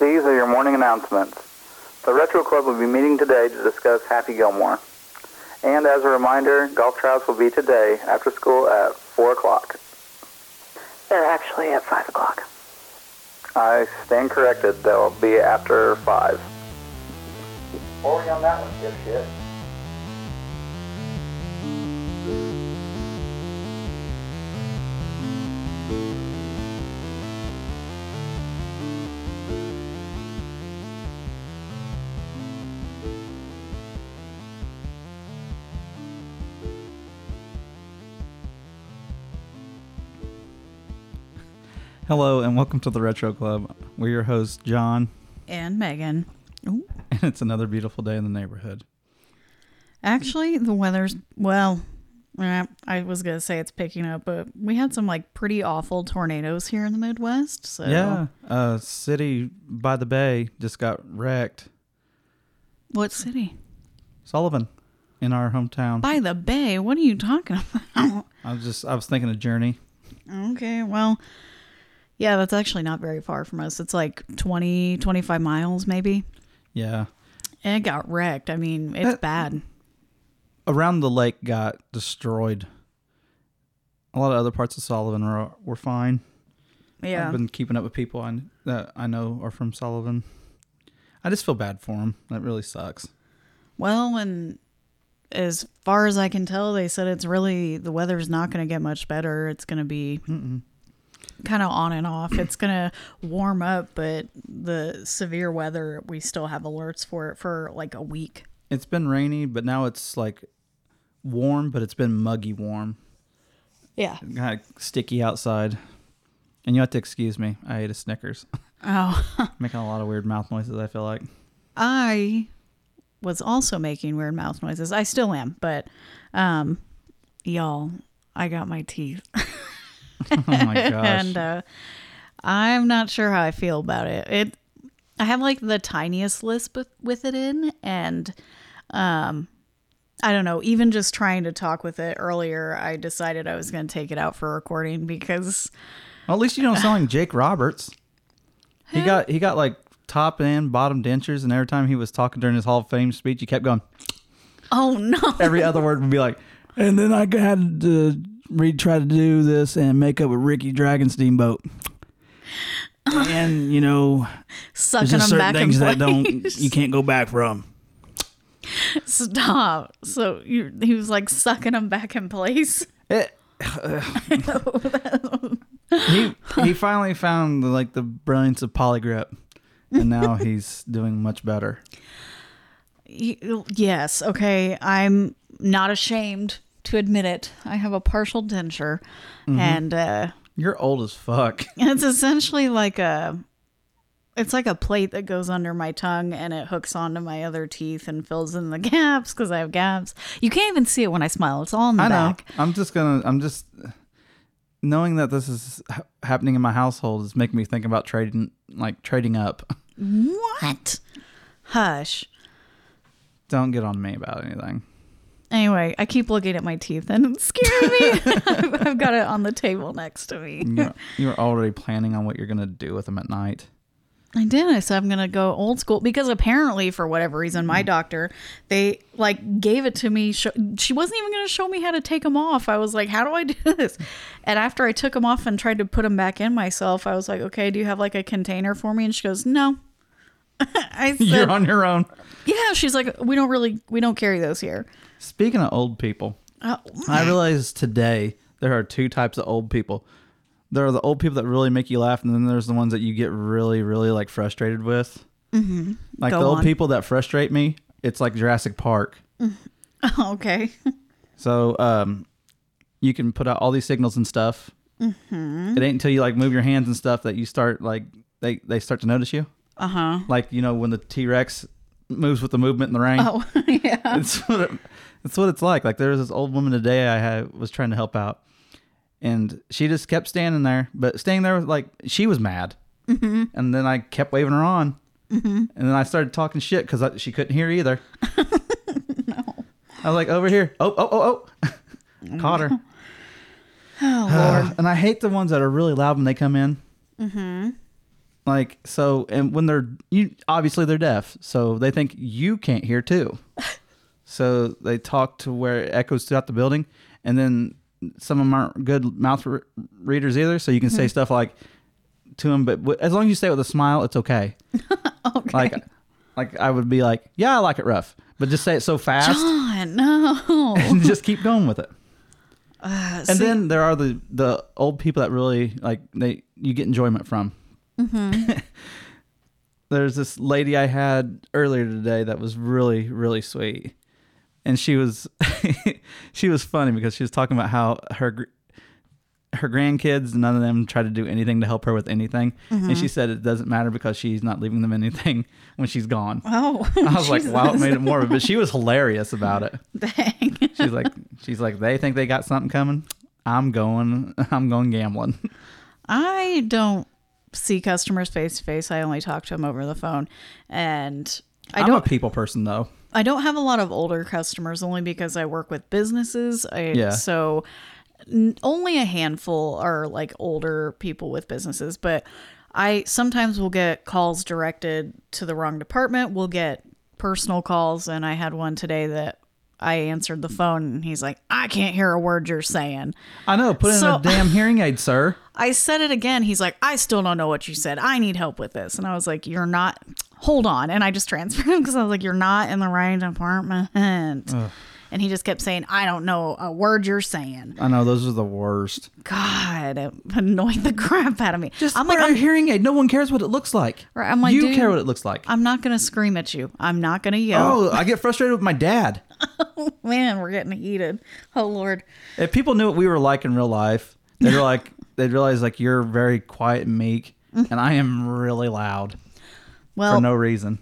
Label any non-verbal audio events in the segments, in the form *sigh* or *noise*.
are your morning announcements. The Retro Club will be meeting today to discuss Happy Gilmore. And as a reminder, golf trials will be today after school at 4 o'clock. They're actually at 5 o'clock. I stand corrected. They'll be after 5. Or on that one, dipshit. Hello and welcome to the Retro Club. We're your hosts, John, *laughs* and Megan. Ooh. and it's another beautiful day in the neighborhood. Actually, the weather's well. eh, I was gonna say it's picking up, but we had some like pretty awful tornadoes here in the Midwest. So Yeah, uh, city by the bay just got wrecked. what city? Sullivan, in our hometown. By the bay. What are you talking about? *laughs* I was just I was thinking of Journey. okay, well, yeah, that's actually not very far from us. It's like 20, 25 miles maybe. Yeah, And it got wrecked. I mean, it's That- bad. around the lake got destroyed. A lot of other parts of Sullivan were were fine. Yeah. I've been keeping up with people I, that I know are from Sullivan. I just feel bad for them. That really sucks. Well, and as far as I can tell, they said it's really the weather's not going to get much better. It's going to be kind of on and off. It's going to warm up, but the severe weather, we still have alerts for it for like a week. It's been rainy, but now it's like warm, but it's been muggy warm. Yeah. Kind of sticky outside. And you have to excuse me. I ate a Snickers. *laughs* Oh, Making a lot of weird mouth noises, I feel like. *laughs* I was also making weird mouth noises. I still am, but um y'all, I got my teeth. *laughs* Oh my gosh. and uh, I'm not sure how I feel about it. It, I have like the tiniest lisp with, with it in, and um, I don't know. Even just trying to talk with it earlier, I decided I was going to take it out for recording because well, at least you don't sound like Jake Roberts. He got he got like top and bottom dentures, and every time he was talking during his Hall of Fame speech, he kept going. oh *laughs* no, every other word would be like, *laughs* and then I had to re try to do this and make up with Ricky Dragon Steamboat. And you know, sucking them back and forth. you can't go back from. Stop. So you, he was like sucking them back in place. Eh. *laughs* he he finally found like the brilliance of polygrip, and now he's doing much better. Y- Yes, okay. I'm not ashamed to admit it. I have a partial denture, Mm-hmm. and uh, *laughs* You're old as fuck. it's essentially like a, it's like a plate that goes under my tongue and it hooks onto my other teeth and fills in the *laughs* gaps because I have gaps. You can't even see it when I smile. It's all in the I know. back. I'm just gonna. I'm just knowing that this is ha- happening in my household is making me think about trading, like trading up. *laughs* What? Hush. Don't get on me about anything. Anyway, I keep looking at my teeth and it's scaring me. *laughs* I've, I've got it on the table next to me. *laughs* You're, you're already planning on what you're gonna do with them at night. *laughs* I did. I said I'm gonna go old school because apparently, for whatever reason, Mm. my doctor they like gave it to me. Sh- She wasn't even gonna show me how to take them off. I was like, "How do I do *laughs* this?" And after I took them off and tried to put them back in myself, I was like, "Okay, do you have like a container for me?" And she goes, "No." *laughs* I said, *laughs* You're on your own. "Yeah." She's like, "We don't really, we don't carry those here." Speaking of old people, Oh, *laughs* I realized today there are two types of old people. There are the old people that really make you laugh, and then there's the ones that you get really, really like frustrated with. Mm-hmm. Like Go the old on. people that frustrate me, it's like Jurassic Park. okay. So um, you can put out all these signals and stuff. Mm-hmm. It ain't until you like move your hands and stuff that you start like they they start to notice you. Uh huh. Like you know when the T Rex moves with the movement in the rain. Oh *laughs* yeah. *laughs* That's what it, that's what it's like. Like there was this old woman today I had, was trying to help out, and she just kept standing there, but staying there was like she was mad, mm-hmm. and then I kept waving her on, mm-hmm. and then I started talking shit because she couldn't hear *laughs* either. no, I was like over here. Oh oh oh *laughs* oh, caught her. Oh lord. and I hate the ones that are really loud when they come in. Like so, and when they're you obviously they're deaf, so they think you can't hear too. so they talk to where it echoes throughout the building, and then some of them aren't good mouth re- readers either. So you can say stuff like to them, but w- as long as you say it with a smile, it's okay. Okay. Like, like I would be like, yeah, I like it rough, but just say it so fast *laughs* *gasps* John, Oh, no. and just keep going with it. Uh, And see, then there are the the old people that really like they you get enjoyment from. *laughs* There's this lady I had earlier today that was really really sweet, and she was *laughs* she was funny because she was talking about how her gr- her grandkids none of them try to do anything to help her with anything, and she said it doesn't matter because she's not leaving them anything *laughs* when she's gone. oh, *laughs* *laughs* I was like, wow, it Jesus. made it morbid, but she was hilarious about it. *laughs* Dang. She's like, she's like, they think they got something coming. I'm going, *laughs* I'm going gambling. I don't see customers face to face. I only talk to them over the phone, and I I'm don't. a people person though. I don't have a lot of older customers only because I work with businesses. I, Yeah. So n- only a handful are like older people with businesses, but I sometimes will get calls directed to the wrong department. We'll get personal calls, and I had one today that I answered the phone, and he's like, "I can't hear a word you're saying." I know. Put in So- *laughs* a damn hearing aid, sir. I said it again. He's like, I still don't know what you said. I need help with this. And I was like, You're not. Hold on. And I just transferred *laughs* him because I was like, You're not in the right department. And he just kept saying, I don't know a word you're saying. I know those are the worst. God, it annoyed the *laughs* crap out of me. Just I'm like, wear a I'm, hearing aid. No one cares what it looks like. Right, I'm like, you dude, care what it looks like. I'm not going to scream at you. I'm not going to yell. oh, I get frustrated with my dad. Man, we're getting heated. Oh, Lord. If people knew what we were like in real life, they'd *laughs* be like, they'd realize like you're very quiet and meek, and I am really loud Well, for no reason.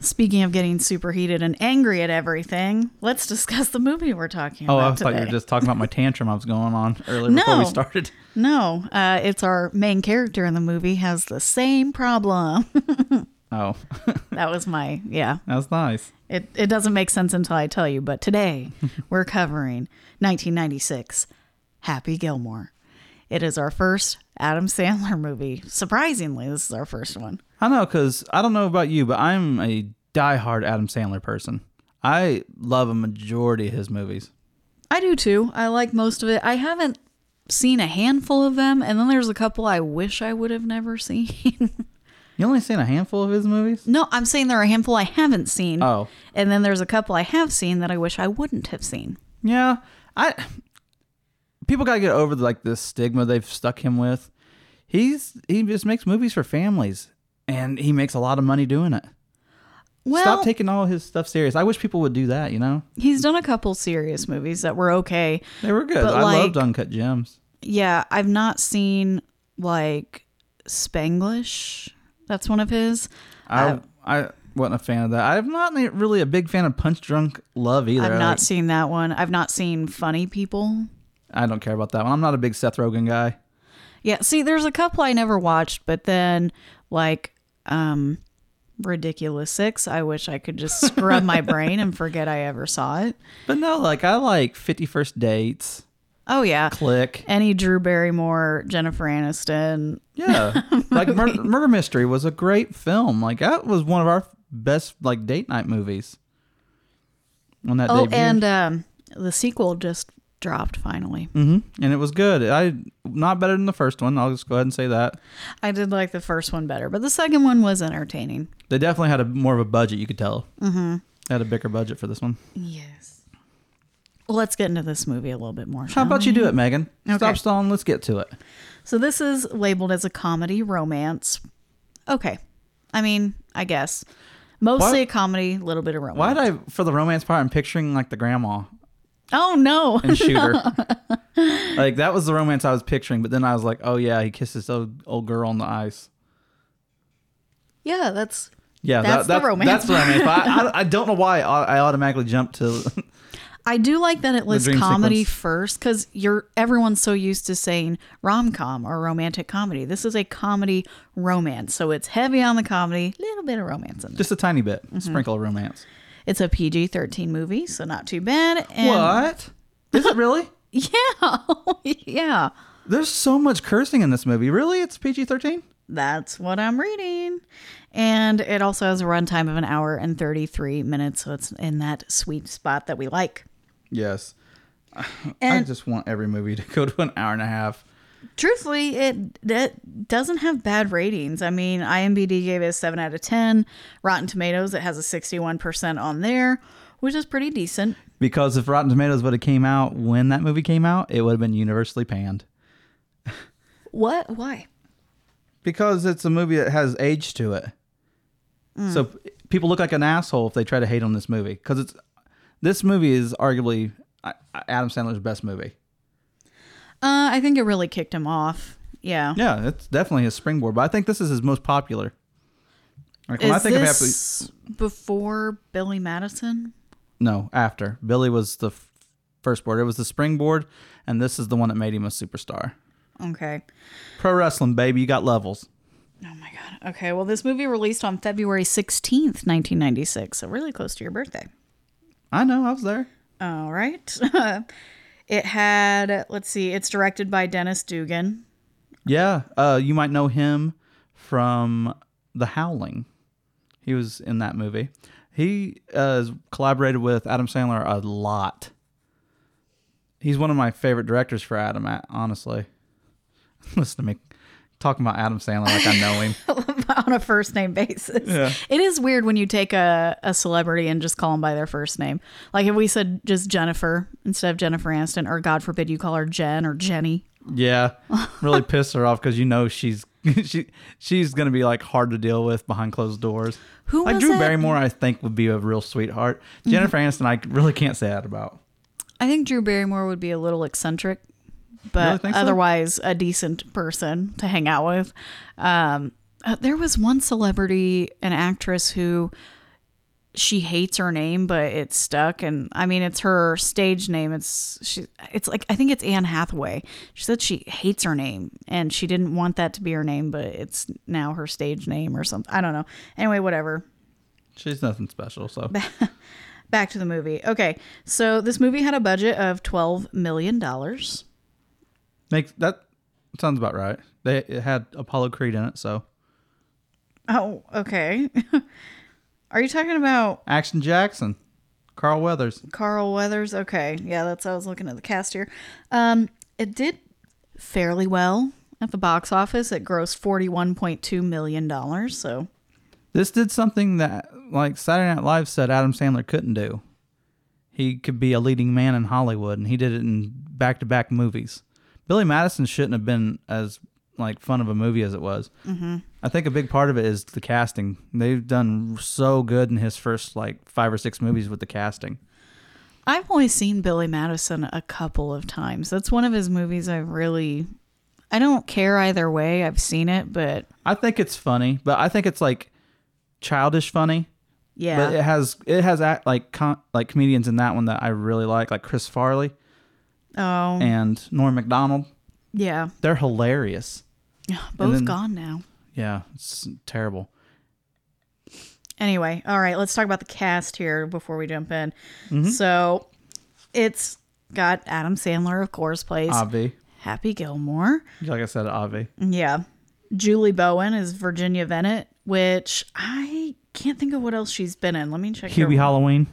speaking of getting super heated and angry at everything, let's discuss the movie we're talking Oh, I about. thought you were today. just talking about my tantrum I was going on *laughs* earlier before No. we started. *laughs* No, uh, it's our main character in the movie has the same problem. *laughs* Oh, *laughs* that was my yeah. that's nice. It it doesn't make sense until I tell you, but *laughs* today we're covering 1996 Happy Gilmore. It is our first Adam Sandler movie. Surprisingly, this is our first one. I know because I don't know about you, but I'm a diehard Adam Sandler person. I love a majority of his movies. I do too. I like most of it. I haven't seen a handful of them, and then there's a couple I wish I would have never seen. You only seen a handful of his movies? *laughs* no, I'm saying there are a handful I haven't seen. Oh. And then there's a couple I have seen that I wish I wouldn't have seen. Yeah, I. People gotta get over like this stigma they've stuck him with. He's he just makes movies for families, and he makes a lot of money doing it. Well, Stop taking all his stuff serious. I wish people would do that. You know, he's done a couple serious movies that were okay. they were good. But, I like- loved Uncut Gems. Yeah, I've not seen like Spanglish. That's one of his. I Uh, I wasn't a fan of that. I'm not really a big fan of Punch Drunk Love either. I've Like, not seen that one. I've not seen Funny People. I don't care about that one. I'm not a big Seth Rogen guy. Yeah, see, there's a couple I never watched, but then like um Ridiculous Six, I wish I could just *laughs* scrub my brain and forget I ever saw it. But no, like I like Fifty First Dates, Oh yeah. Click. Any Drew Barrymore, Jennifer Aniston. *laughs* Yeah, like Mur- Murder Mystery was a great film. Like that was one of our best like date night movies. On that Oh, debut. and um the sequel just dropped finally. Mhm. and it was good. I not better than the first one. I'll just go ahead and say that I did like the first one better, but the second one was entertaining. they definitely had a more of a budget. You could tell. Mm-hmm. They had a bigger budget for this one. Yes. Let's get into this movie a little bit more. How shall about you do it, Megan? Okay. Stop stalling. Let's get to it. So this is labeled as a comedy romance. Okay. I mean, I guess. Why- Mostly a comedy, a little bit of romance. Why did I, for the romance part, I'm picturing like the grandma Oh no. and *laughs* shooter. like that was the romance I was picturing, but then I was like, oh yeah, he kissed this old, old girl on the ice. yeah, that's Yeah, That's that, the romance That's the romance. but I, I, I don't know why I, I automatically jumped to. *laughs* I do like that it lists dream comedy sequence. first because you're everyone's so used to saying rom com or romantic comedy. This is a comedy romance, so it's heavy on the comedy, little bit of romance in there. just a tiny bit, Mm-hmm. sprinkle of romance. It's a PG thirteen movie, so not too bad. And *laughs* What is it really? Yeah, yeah. There's so much cursing in this movie. Really? It's PG 13? That's what I'm reading. And it also has a runtime of an hour and 33 minutes. So it's in that sweet spot that we like. Yes. I And just want every movie to *laughs* go to an hour and a half. truthfully, it, it doesn't have bad ratings. I mean, IMBD gave it a 7 out of 10. Rotten Tomatoes, it has a 61% on there, which is pretty decent. Because if Rotten Tomatoes would have came out when that movie came out, it would have been universally panned. What? Why? Because it's a movie that has age to it. Mm. So p- people look like an asshole if they try to hate on this movie. Because it's this movie is arguably uh, Adam Sandler's best movie. Uh, I think it really kicked him off. Yeah. Yeah, it's definitely his springboard. But I think this is his most popular. Like Is when I think of Happy, this before Billy Madison? no, after Billy was the f- first board. It was the springboard, and this is the one that made him a superstar. Okay. Pro wrestling, baby, you got levels. Oh my god. Okay. Well, this movie released on February 16th, 1996, so really close to your birthday. I know, I was there. All right. *laughs* it had let's see, it's directed by Dennis Dugan. *laughs* Yeah, uh, you might know him from The Howling. He was in that movie. He uh, has collaborated with Adam Sandler a lot. He's one of my favorite directors for Adam, uh, honestly. *laughs* Listen to me talking about Adam Sandler like I know him. *laughs* on a first name basis. Yeah. It is weird when you take a, a celebrity and just call them by their first name. Like if we said just Jennifer instead of Jennifer Aniston, or God forbid you call her Jen or Jenny. Yeah, really pissed her off because you know she's *laughs* she she's gonna be like hard to deal with behind closed doors. Who like was Mm-hmm. Drew it? Barrymore? I think would be a real sweetheart. Jennifer Aniston, I really can't say that about. I think Drew Barrymore would be a little eccentric, but Really think so? otherwise a decent person to hang out with. Um, uh, there was one celebrity, an actress who she hates her name, but it's stuck. And I mean, it's her stage name. It's she. It's like I think it's Anne Hathaway. She said she hates her name, and she didn't want that to be her name, but it's now her stage name or something. I don't know. Anyway, whatever She's nothing special. So back to the movie. Okay, so this movie had a budget of twelve million dollars. makes that sounds about right. They it had Apollo Creed in it, so Oh, okay. *laughs* Are you talking about Action Jackson, Carl Weathers. Carl Weathers? Okay, yeah, that's I was looking at the cast here. Um, it did fairly well at the box office. It grossed forty one point two million dollars. So This did something that like Saturday Night Live said Adam Sandler couldn't do. He could be a leading man in Hollywood, and he did it in back-to-back movies. Billy Madison shouldn't have been as like fun of a movie as it was. Mm-hmm. I think a big part of it is the casting. They've done so good in his first like five or six movies with the casting. I've only seen Billy Madison a couple of times. That's one of his movies I've really. I don't care either way. I've seen it, but I think it's funny, but I think it's like childish funny. yeah. But uh, it has it has act, like con- like comedians in that one that I really like, like Chris Farley oh, and Norm Macdonald. yeah. They're hilarious. Both then- gone now. Yeah, it's terrible. Anyway, all right, let's talk about the cast here before we jump in. So it's got Adam Sandler, of course, plays Avi, Happy Gilmore. like I said, Avi. Yeah. Julie Bowen is Virginia Bennett, which I can't think of what else she's been in. Let me check. Hubie her- Halloween.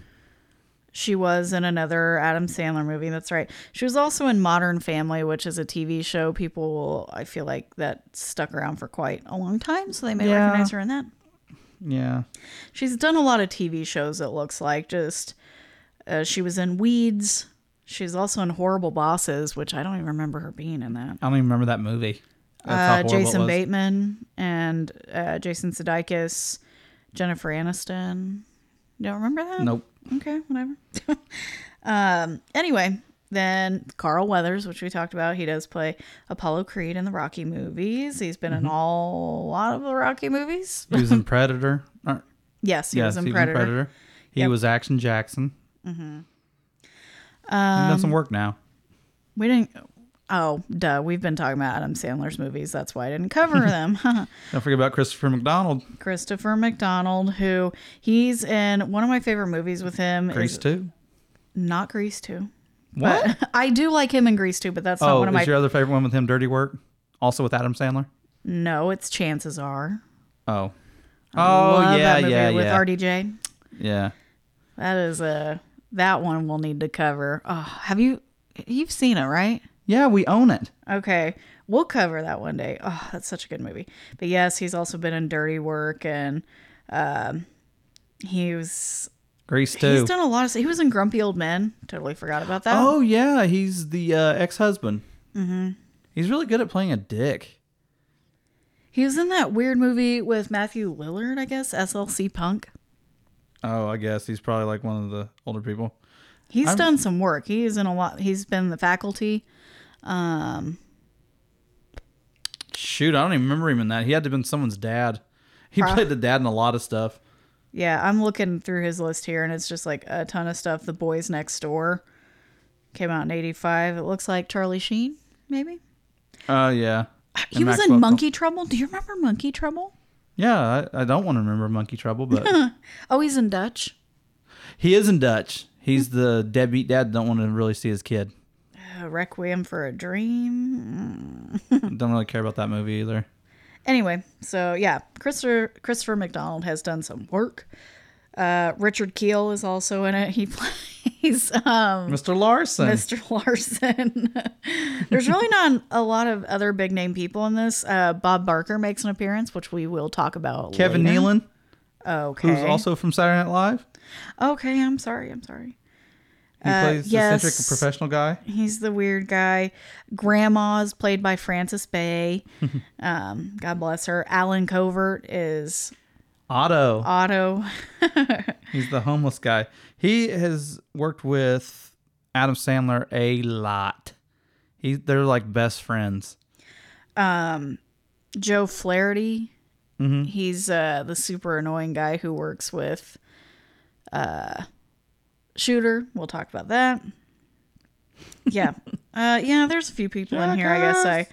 She was in another Adam Sandler movie. That's right. She was also in Modern Family, which is a TV show. People, will, I feel like, that stuck around for quite a long time, so they may Yeah. recognize her in that. Yeah, She's done a lot of TV shows, it looks like. Just, uh, she was in Weeds. She's also in Horrible Bosses, which I don't even remember her being in that. I don't even remember that movie. Uh, That's how horrible it Jason was. Bateman and uh, Jason Sudeikis, Jennifer Aniston. You don't remember that? Nope. Okay, whatever. *laughs* um, anyway, then Carl Weathers, which we talked about, he does play Apollo Creed in the Rocky movies. He's been Mm-hmm. in all a lot of the Rocky movies. He was *laughs* in Predator. Or, Yes, he yes, was in Predator. He was Action Jackson. Mm-hmm. He does some Um, work now. We didn't. Oh, duh. We've been talking about Adam Sandler's movies. That's why I *laughs* didn't cover them. *laughs* Don't forget about Christopher McDonald. Christopher McDonald, who he's in one of my favorite movies with him. Grease is too. Not Grease 2. What? uh, But *laughs* I do like him in Grease too, but that's not oh, one is of my. your other favorite one with him Dirty Work? Also with Adam Sandler? no, it's Chances Are. Oh. Oh, Love yeah, that movie yeah, with yeah. RDJ. yeah. That is a that one we'll need to cover. Oh, have you you've seen it, right? Yeah, we own it. Okay. We'll cover that one day. Oh, that's such a good movie. But yes, he's also been in Dirty Work and um he was Grease he's too. done a lot of he was in Grumpy Old Men. Totally forgot about that. Oh yeah, he's the uh, ex-husband. Mm-hmm. He's really good at playing a dick. He was in that weird movie with Matthew Lillard, I guess, SLC Punk. Oh, I guess he's probably like one of the older people. He's done some work. He's in a lot he's been the faculty. Shoot, I don't even remember him in that. He had to have been someone's dad. He Prob- played the dad in a lot of *laughs* stuff. Yeah, I'm looking through his list here, and it's just like a ton of stuff. The Boys Next Door came out in '85. It looks like Charlie Sheen, maybe. Oh yeah. He And was Max in Buckle. Monkey Trouble. Do you remember Monkey Trouble? Yeah, I, I don't want to remember Monkey Trouble, but *laughs* Oh, he's in Dutch. he he is in Dutch. He's the deadbeat dad. Don't want to really see his kid. Uh, Requiem for a Dream. Don't really care about that movie either. Anyway, so yeah, Christopher Christopher McDonald has done some work. Uh, Richard Keel is also in it. He *laughs* plays um, Mr. Larson. Mr. Larson. *laughs* There's really not a lot of other big name people in this. Uh, Bob Barker makes an appearance, which we will talk about. Kevin later. Nealon, okay. who's also from Saturday Night Live. okay. I'm sorry. I'm sorry. He plays the yes. eccentric professional guy. He's the weird guy. Grandma's played by Frances Bay. um, God bless her. Alan Covert is Otto. Otto. He's the homeless guy. He has worked with Adam Sandler a lot. He they're like best friends. Joe Flaherty. He's uh, the super annoying guy who works with uh, Shooter. We'll talk about that. Yeah, uh, yeah. There's a few people in here. I guess I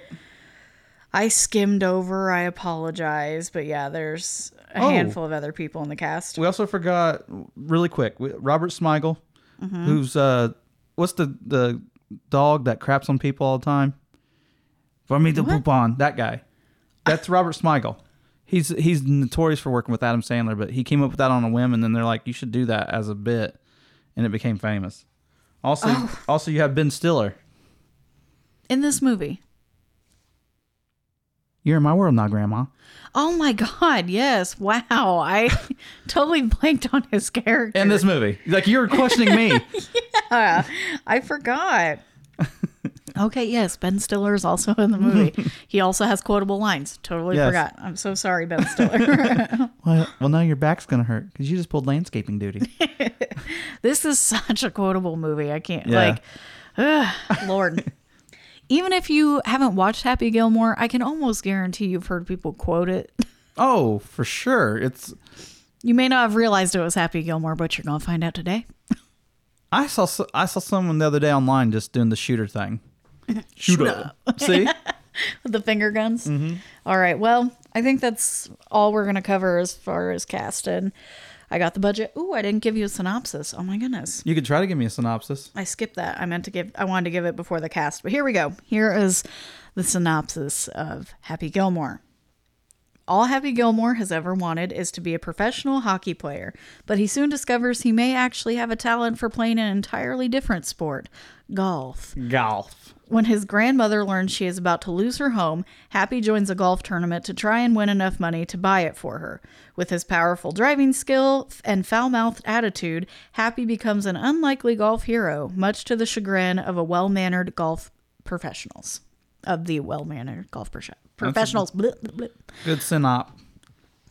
I skimmed over. I apologize, but yeah, there's a Oh. handful of other people in the cast. We also forgot really quick we- Robert Smigel, who's uh, what's the the dog that craps on people all the time? For me to poop on that guy. That's Robert Smigel. He's he's notorious for working with Adam Sandler, but he came up with that on a whim, and then they're like, "You should do that as a bit," and it became famous. Also, also you have Ben Stiller. in this movie. You're in my world now, Grandma. Oh my *laughs* God! Yes. Wow. I *laughs* totally blanked on his character. In this movie, like you were questioning me. I *laughs* forgot. okay, yes, Ben Stiller is also in *laughs* the movie. he also has quotable lines. Totally Yes. forgot. I'm so sorry, Ben *laughs* Stiller. *laughs* well, well, now your back's gonna hurt because you just pulled landscaping duty. this is such a quotable movie. I can't Yeah. like, ugh, *laughs* Lord. Even if you haven't watched Happy Gilmore, I can almost guarantee you've heard people quote it. *laughs* oh, for sure. It's You may not have realized it was Happy Gilmore, but you're gonna find out today. I saw so- I saw someone the other day online just doing the shooter *laughs* thing. Shooter. See? With the finger guns. All right. Well, I think that's all we're gonna cover as far as cast and I got the budget. Ooh, I didn't give you a synopsis. Oh my goodness. You could try to give me a synopsis. I skipped that. I meant to give I wanted to give it before the cast, but here we go. Here is the synopsis of Happy Gilmore. All Happy Gilmore has ever wanted is to be a professional hockey player, but he soon discovers he may actually have a talent for playing an entirely different sport, golf. Golf. When his grandmother learns she is about to lose her home, Happy joins a golf tournament to try and win enough money to buy it for her. With his powerful driving skill f- and foul mouthed attitude, Happy becomes an unlikely golf hero, much to the chagrin of a well mannered golf professionals. Of the well mannered golf pro- professionals. Blip, blip, blip. Good synop.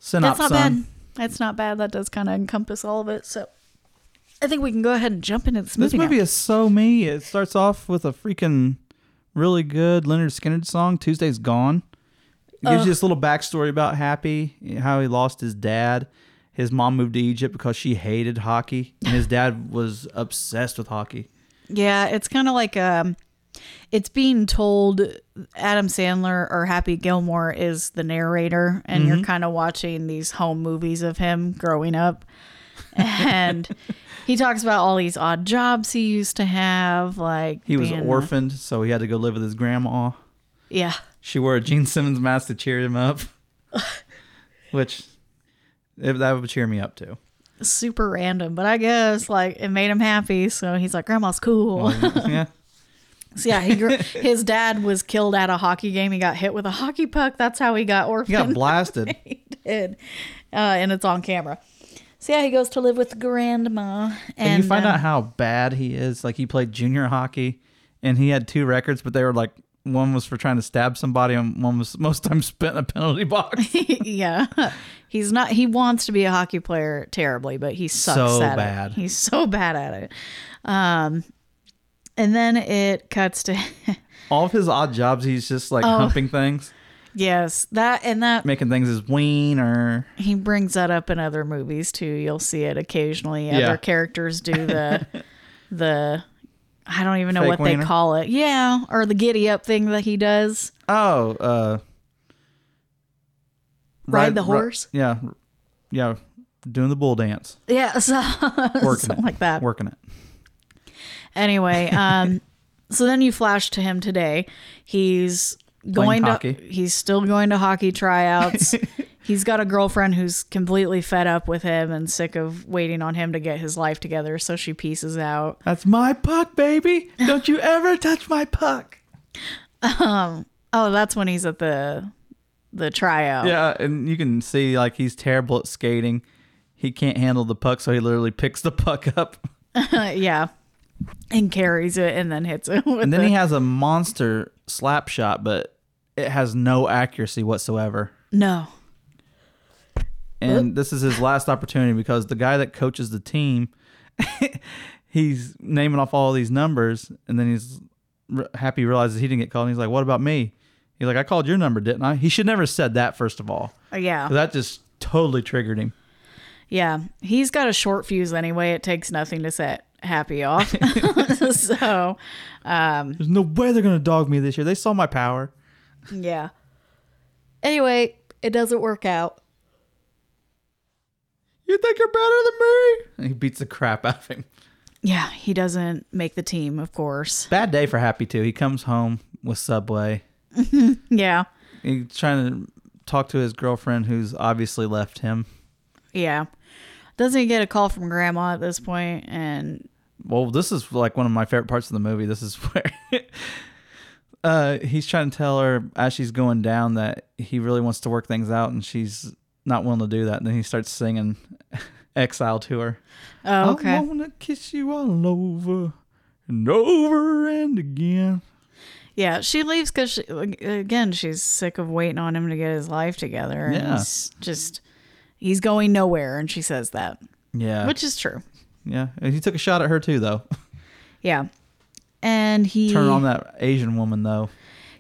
Synop That's son. not bad. That's not bad. That does kind of encompass all of it. So I think we can go ahead and jump into this movie. This movie now. is so me. It starts off with a freaking really good Leonard Skinner song, Tuesday's Gone. It gives you this little backstory about Happy, how he lost his dad. His mom moved to Egypt because she hated hockey, and his dad was obsessed with hockey. Yeah, it's kind of like um, it's being told Adam Sandler or Happy Gilmore Mm-hmm. is the narrator, and you're kind of watching these home movies of him growing up. and he talks about all these odd jobs he used to have. Like He was being a- orphaned, so he had to go live with his grandma. Yeah, She wore a Gene Simmons mask to cheer him *laughs* up, which if that would cheer me up *laughs* too. super random, but I guess like it made him happy. So he's like, "Grandma's cool." yeah. *laughs* so yeah, *laughs* he grew, his dad was killed at a hockey game. He got hit with a hockey puck. That's how he got He got orphaned. blasted. he did, uh, and it's on camera. So yeah, he goes to live with grandma, and, and you find uh, out how bad he is. Like he played junior hockey, and he had two records, but they were like one was for trying to stab somebody, and one was *laughs* most time spent in a penalty *laughs* box. *laughs* yeah. He's not he wants to be a hockey player terribly, but he sucks So at bad. it. He's so *laughs* bad at it. Um and then it cuts to *laughs* All of his odd jobs, he's just Oh. like humping things, yes, that and that making things his wiener. he brings that up in other movies too. You'll see it occasionally. Yeah. Other characters *laughs* do the the I don't even know Fake what they wiener? call it. Yeah, or the giddy up thing that he does. Oh, uh, Ride the horse? ri- yeah, yeah, doing the bull dance, Yeah, *laughs* so working something it, like that. working it. *laughs* Anyway, um, so then you flash to him today. He's going hockey. to. He's still going to *laughs* hockey tryouts. he's got a girlfriend who's completely fed up with him and sick of waiting on him to get his life together. So she pieces out. *laughs* That's my puck, baby. Don't you ever touch my puck. Oh, that's when he's at the the tryout. Yeah, and you can see like he's terrible at skating. He can't handle the puck, so he literally picks the puck up. *laughs* yeah. And carries it and then hits it. With And then *laughs* the- he has a monster slap shot, but it has no accuracy whatsoever. no. And this is his last opportunity because the guy that coaches the team, *laughs* he's naming off all these numbers, and then he's re- happy he realizes he didn't get called. And he's like, "What about me?" He's like, "I called your number, didn't I?" He should never have said that first of all. Yeah. That just totally triggered him. Yeah. He's got a short fuse anyway. It takes nothing to set happy off. *laughs* so There's no way they're gonna dog me this year. They saw my power. Yeah. Anyway, it doesn't work out. You think you're better than me? And he beats the crap out of him. Yeah, he doesn't make the team, of course. Bad day for Happy too. He comes home with Subway. Yeah. He's trying to talk to his girlfriend, who's obviously left him. Yeah. Doesn't he get a call from grandma at this point and Well, this is like one of my favorite parts of the movie. This is *laughs* where uh, he's trying to tell her as she's going down that he really wants to work things out, and she's not willing to do that. And then he starts singing *laughs* "Exile" to her. Oh, okay. I wanna kiss you all over and over and again. Yeah, she leaves cuz she, again, she's sick of waiting on him to get his life together and Yeah. he's just he's going nowhere and she says that, Yeah, which is true. yeah. And he took a shot at her too, though. *laughs* Yeah. And he Turn on that Asian woman though.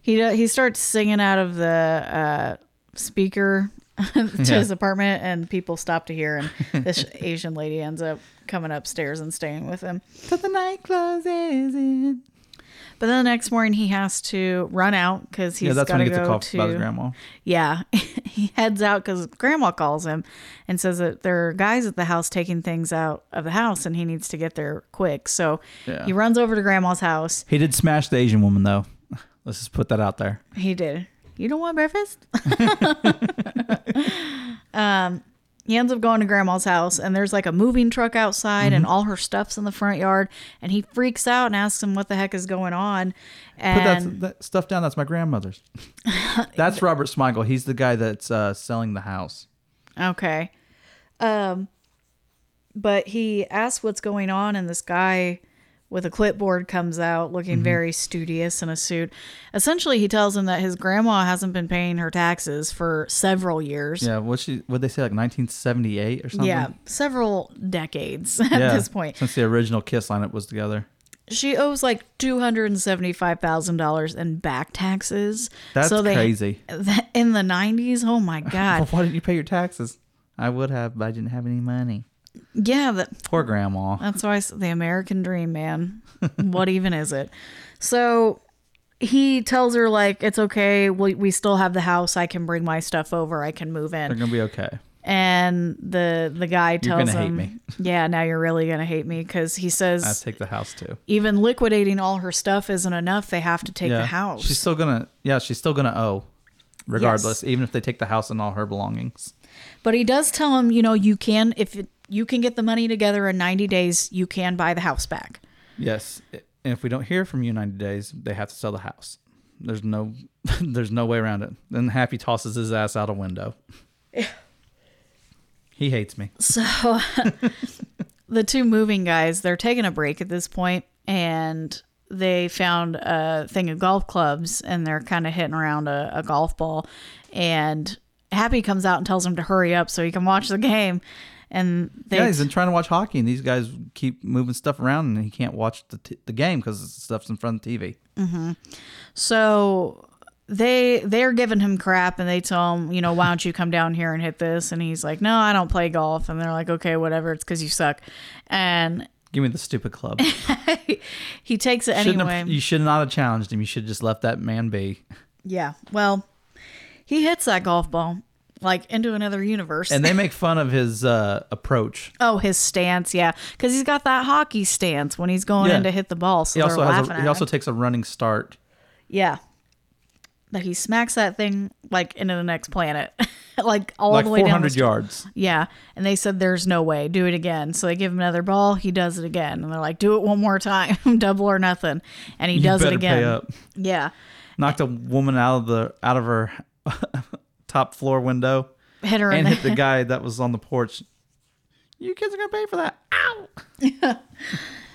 he do- he starts singing out of the uh, speaker *laughs* to his apartment, and people stop to hear. *laughs* And this Asian lady ends up coming upstairs and staying with him. Till the night closes in. But then the next morning, he has to run out because yeah, he's that's got when to he gets a go call to. about his grandma. Yeah, *laughs* he heads out because grandma calls him and says that there are guys at the house taking things out of the house, and he needs to get there quick. So Yeah. he runs over to grandma's house. He did smash the Asian woman though. *laughs* Let's just put that out there. He did. You don't want breakfast? *laughs* um, he ends up going to grandma's house, and there's like a moving truck outside, and Mm-hmm. all her stuff's in the front yard. And he freaks out and asks him what the heck is going on. Put And that, that stuff down. That's my *laughs* grandmother's. that's Robert Smigel. He's the guy that's uh, selling the house. Okay. Um but he asks what's going on and this guy with a clipboard comes out looking Mm-hmm. very studious in a suit. Essentially he tells him that his grandma hasn't been paying her taxes for several years. Yeah, what she what they say like 1978 or something. Yeah, *laughs* several decades *laughs* at Yeah, this point. since the original Kiss lineup was together. She owes like two hundred and seventy-five thousand dollars in back taxes. That's crazy. *laughs* In the nineties, *laughs* oh my god, Well, why didn't you pay your taxes? I would have, but I didn't have any money. yeah, that, Poor grandma. that's why it's the American *laughs* dream, man. what even is it? So he tells her like it's okay. We we still have the house. I can bring my stuff over. I can move in. They're gonna be okay. and the the guy You're tells gonna hate him, me. "Yeah, now you're really gonna hate me," because he says I take the house too. even liquidating all her stuff isn't enough. They have to take yeah. the house. She's still gonna yeah, she's still gonna owe. Regardless, even if they take the house and all her belongings. But he does tell him, you know, you can if it, you can get the money together in 90 days, you can buy the house back. *laughs* Yes. And if we don't hear from you in ninety days, they have to sell the house. There's no *laughs* there's no way around it. Then Happy tosses his ass out a window. *laughs* he hates me. So *laughs* the two moving guys, they're taking a break at this point and they found a thing of golf clubs and they're kind of hitting around a, a golf ball and Happy comes out and tells him to hurry up so he can watch the game. And they yeah, he's been trying to watch hockey, and these guys keep moving stuff around, and he can't watch the, t- the game because stuff's in front of the TV. So they they're giving him crap and they tell him, you know, why don't you come down here and hit this? And he's like, No, I don't play golf. And they're like, Okay, whatever, it's because you suck. And *laughs* Give me the stupid club. he takes it Shouldn't anyway. have, you should not have challenged him. You should have just left that man be. yeah. Well, he hits that golf ball like into another universe. And they make fun of his uh, approach. *laughs* oh, his stance, yeah, because he's got that hockey stance when he's going Yeah. in to hit the ball. So He they're also has laughing a, at he also him. takes a running start. yeah. That he smacks that thing like into the next planet, *laughs* like all Like the way down. the 400 street. yards. Yeah. And they said, there's no way. Do it again. So they give him another ball. He does it again. And they're like, do it one more time, *laughs* double or nothing. And he You does it better again. pay up. Yeah. Knocked a woman out of the out of her *laughs* top floor window Hit her in and the, hit the guy that was on the porch. You kids are gonna pay for that. *laughs* Ow! *laughs*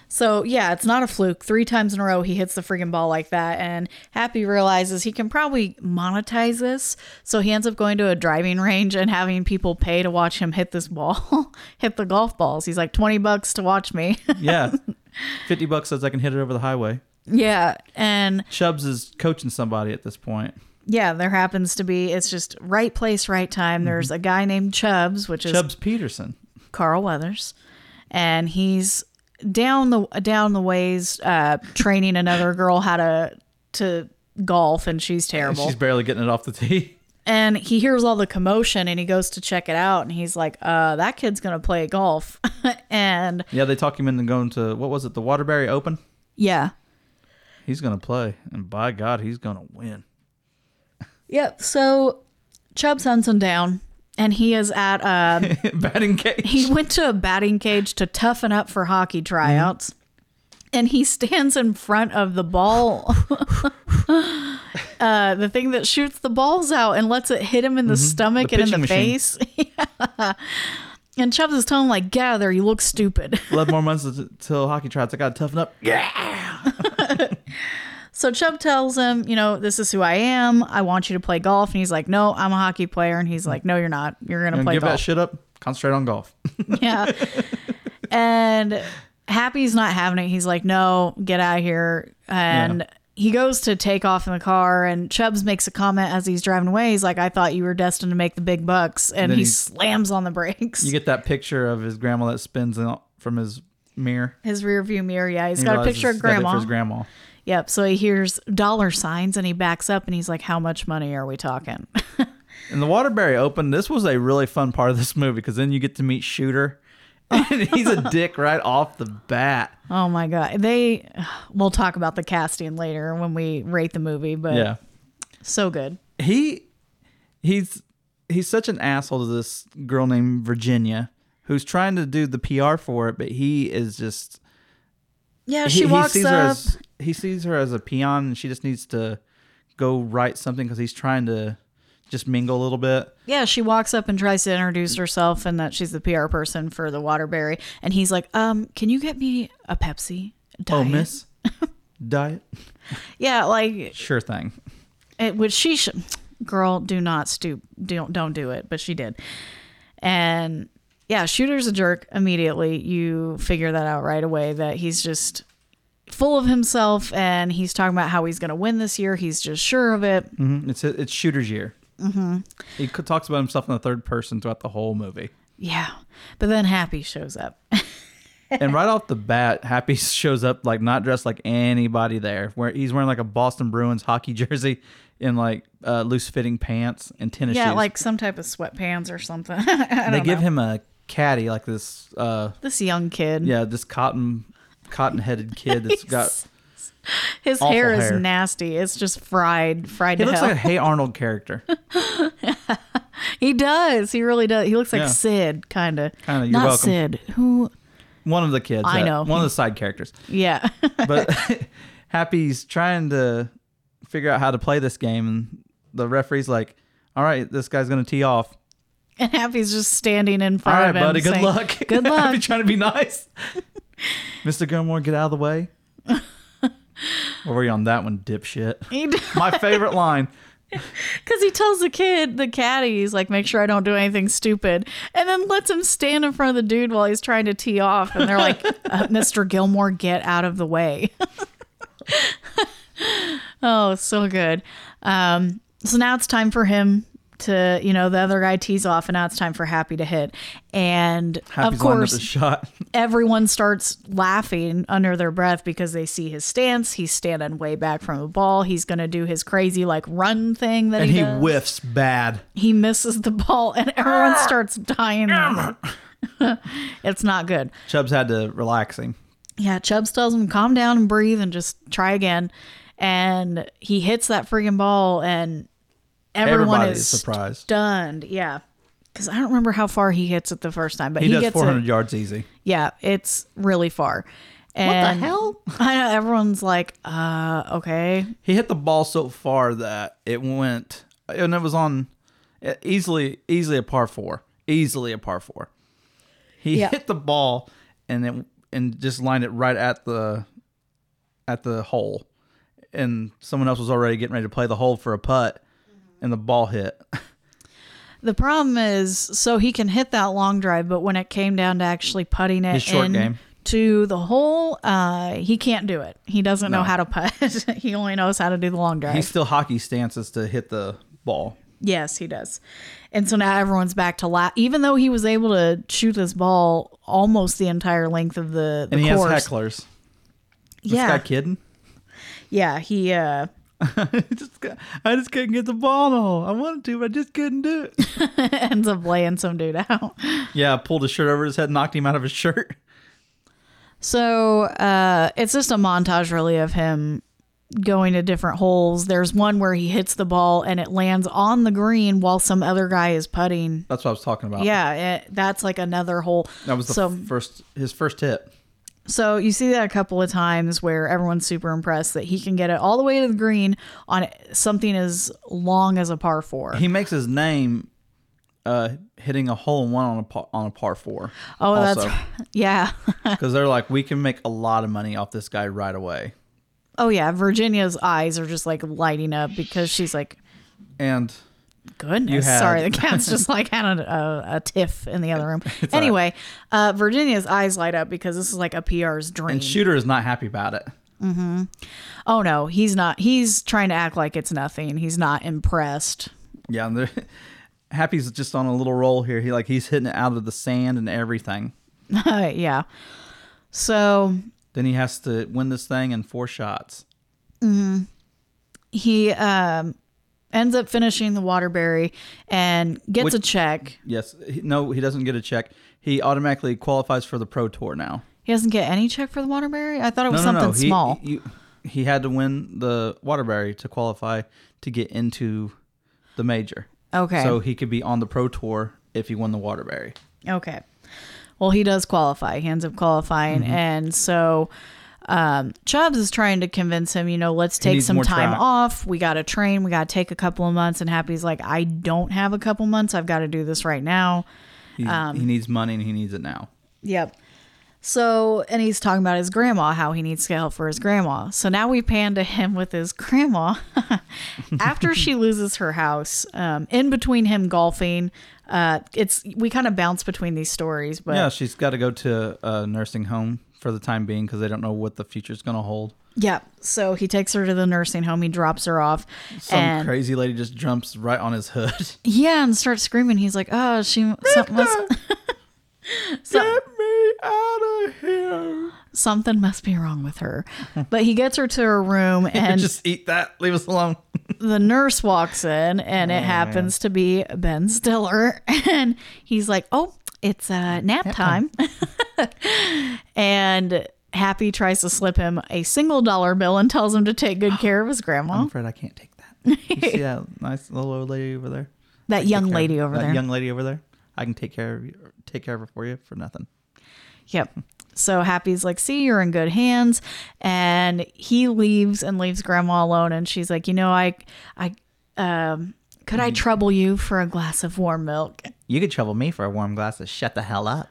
So yeah, it's not a fluke. Three times in a row, he hits the freaking ball like that. And Happy realizes he can probably monetize this. So he ends up going to a driving range and having people pay to watch him hit this ball, *laughs* hit the golf balls. He's like, 20 bucks to watch me. *laughs* Yeah, fifty bucks says I can hit it over the highway. yeah. And Chubbs is coaching somebody at this point. yeah, there happens to be. It's just right place, right time. There's a guy named Mm-hmm. Chubbs, which is Chubbs Peterson. Carl Weathers, and he's down the down the ways uh, training another girl how to to golf, and she's terrible. She's barely getting it off the tee. and he hears all the commotion, and he goes to check it out, and he's like, "Uh, that kid's gonna play golf," *laughs* and Yeah, they talk him into going to what was it, the Waterbury Open? yeah, He's gonna play, and by God, he's gonna win. *laughs* yep. So Chubbs hunts him down, and he is at uh, Batting cage. he went to a batting cage to toughen up for hockey tryouts and he stands in front of the ball *laughs* uh, the thing that shoots the balls out and lets it hit him in the stomach Mm-hmm. The and in the pitching machine. face *laughs* Yeah. and chubbs is telling him like get out of there you look stupid *laughs* Eleven more months until hockey tryouts. I gotta toughen up. Yeah. so chubb tells him you know this is who i am i want you to play golf and he's like no i'm a hockey player and he's like no you're not you're gonna And play Mm. give golf that shit up. Concentrate on golf. *laughs* yeah. And Happy's not having it. He's like, no, get out of here. And Yeah. he goes to take off in the car, and Chubbs makes a comment as he's driving away. He's like, I thought you were destined to make the big bucks. And Then he he- slams on the brakes. You get that picture of his grandma that spins out from his mirror. his rear view mirror, yeah. He's He got a realizes picture of he's gotta do it for grandma. his grandma. Yep. So he hears dollar signs and he backs up and he's like, How much money are we talking? *laughs* In the Waterbury Open, this was a really fun part of this movie because then you get to meet Shooter, *laughs* and he's a dick right off the bat. oh my God. They, *sighs* we'll talk about the casting later when we rate the movie, but Yeah. so good. he he's he's such an asshole to this girl named Virginia who's trying to do the PR for it, but he is just Yeah. he, She he walks sees up. her as he sees her as a peon, and she just needs to go write something because he's trying to just mingle a little bit. Yeah, she walks up and tries to introduce herself and that she's the PR person for the Waterbury. And he's like, um, can you get me a Pepsi? Oh, diet?" miss, *laughs* diet, Yeah, like, sure thing. it, which she should, girl, do not stoop. Don't, don't do it. But she did. And yeah, Shooter's a jerk immediately. You figure that out right away that he's just full of himself and he's talking about how he's going to win this year. He's just sure of it. Mhm. It's it's shooter's year. Mm-hmm. He c- talks about himself in the third person throughout the whole movie. Yeah. But then Happy shows up. and right off the bat, Happy *laughs* shows up like not dressed like anybody there. Where he's wearing like a Boston Bruins hockey *laughs* jersey and like uh, loose fitting pants and tennis yeah, shoes. like some type of sweatpants or something. *laughs* I they don't give know. him a caddy, like this. Uh, this young kid. yeah, this cotton cotton *laughs* headed kid that's got. His awful hair is hair. nasty. It's just fried, fried He to looks hell. like a Hey Arnold character. he does. He really does. He looks like Yeah. Sid, kind of. Kinda, you're Not welcome. Sid. Who? One of the kids. I uh, know. One of the side characters. Yeah. *laughs* but Happy's trying to figure out how to play this game, and the referee's like, "All right, this guy's gonna tee off. and Happy's just standing in All front right, of him. buddy, *laughs* good saying, luck. Good luck. Happy trying to be nice. *laughs* Mister Gilmore, get out of the *laughs* way. Where were you on that one, dipshit? He does. My favorite *laughs* line. Because he tells the kid, the caddy, he's like, make sure I don't do anything stupid. And then lets him stand in front of the dude while he's trying to tee off. And *laughs* they're like, uh, Mr. Gilmore, get out of the way. *laughs* oh, so good. Um, so now it's time for him to, you know, the other guy tees off, and now it's time for Happy to hit. And Happy's of lining up course, his shot. everyone starts laughing under their breath because they see his stance. He's standing way back from the ball. He's going to do his crazy like run thing that And he, he does. whiffs bad. He misses the ball and everyone starts dying. *laughs* it's not good. Chubbs had to relax him. Yeah, Chubbs tells him calm down and breathe and just try again. And he hits that freaking ball and everyone Everybody is is surprised. Stunned. Yeah. Cause I don't remember how far he hits it the first time, but He, he, does gets 400 it. yards easy. Yeah, it's really far. And hell? *laughs* I know everyone's like, uh, okay. he hit the ball so far that it went and it was on eh, easily easily a par four easily a par four he Yeah. hit the ball and it and just lined it right at the at the hole and someone else was already getting ready to play the hole for a putt and the ball hit *laughs* The problem is, so he can hit that long drive, but when it came down to actually putting it His short in game. to the hole, uh, he can't do it. He doesn't know No. how to putt. *laughs* he only knows how to do the long drive. he still hockey stances to hit the ball yes, he does. And so now everyone's back to la Even though he was able to shoot this ball almost the entire length of the, the and he course. has hecklers this yeah, guy kidding *laughs* yeah, he. Uh, *laughs* just, got- I just couldn't get the ball in the hole. I wanted to, but I just couldn't do it. *laughs* ends up laying some dude out. yeah, pulled his shirt over his head, knocked him out of his shirt. So uh, it's just a montage, really, of him going to different holes. There's one where he hits the ball and it lands on the green while some other guy is putting. That's what I was talking about. Yeah, it, that's like another hole. That was the so. first his first hit. so you see that a couple of times where everyone's super impressed that he can get it all the way to the green on something as long as a par four. He makes his name uh, hitting a hole in one on a par, on a par four. *laughs* oh, *laughs* that's yeah. because they're like we can make a lot of money off this guy right away. Oh yeah, Virginia's eyes are just like lighting up because she's like, And goodness. You had- Sorry, *laughs* the cat's just like had a, a, a tiff in the other room. anyway, uh, Virginia's eyes light up because this is like a PR's dream. and shooter is not happy about it. oh no, he's not. He's trying to act like it's nothing. He's not impressed. *laughs* Yeah, and they're, *laughs* Happy's just on a little roll here. He like he's hitting it out of the sand and everything. yeah. So Then he has to win this thing in four shots. he um, ends up finishing the Waterbury and gets Which- a check. Yes, he, no, he doesn't get a check. He automatically qualifies for the pro tour now. He doesn't get any check for the Waterbury. I thought No, it was no, something no. He, small. He, he had to win the Waterbury to qualify to get into the major. Okay. So he could be on the pro tour if he won the Waterbury. Okay. Well, he does qualify. He ends up qualifying, Mm-hmm. and so um, Chubbs is trying to convince him. You know, let's take needs some more time track. off. We got to train. We got to take a couple of months. And Happy's like, I don't have a couple months. I've got to do this right now. He, Um, he needs money and he needs it now. Yep. So, and he's talking about his grandma, how he needs to help for his grandma. So now we pan to him with his grandma *laughs* after she loses her house. Um, in between him golfing, uh, it's we kind of bounce between these stories, but yeah, she's got to go to a nursing home for the time being because they don't know what the future's going to hold. Yeah. So he takes her to the nursing home. He drops her off. Some and crazy lady just jumps right on his hood. *laughs* yeah, and starts screaming. He's like, "Oh, she something was." Get me out of here. *laughs* Something must be wrong with her. But he gets her to *laughs* her room and Just eat that. Leave us alone. the nurse walks in and it happens to be Ben Stiller *laughs* and he's like, "Oh, it's uh, nap, time." *laughs* and Happy tries to slip him a single dollar bill and tells him to take *gasps* good care of his grandma. I'm afraid I can't take that. You see that nice little old lady over there? That young Take care- lady over that there. Young lady over there. I can take care of you, take care of her for you for nothing. Yep. So Happy's like, see, you're in good hands. And he leaves and leaves grandma alone. And she's like, you know, I, I, um, could I trouble you for a glass of warm milk? You could trouble me for a warm glass of shut the hell *laughs* up.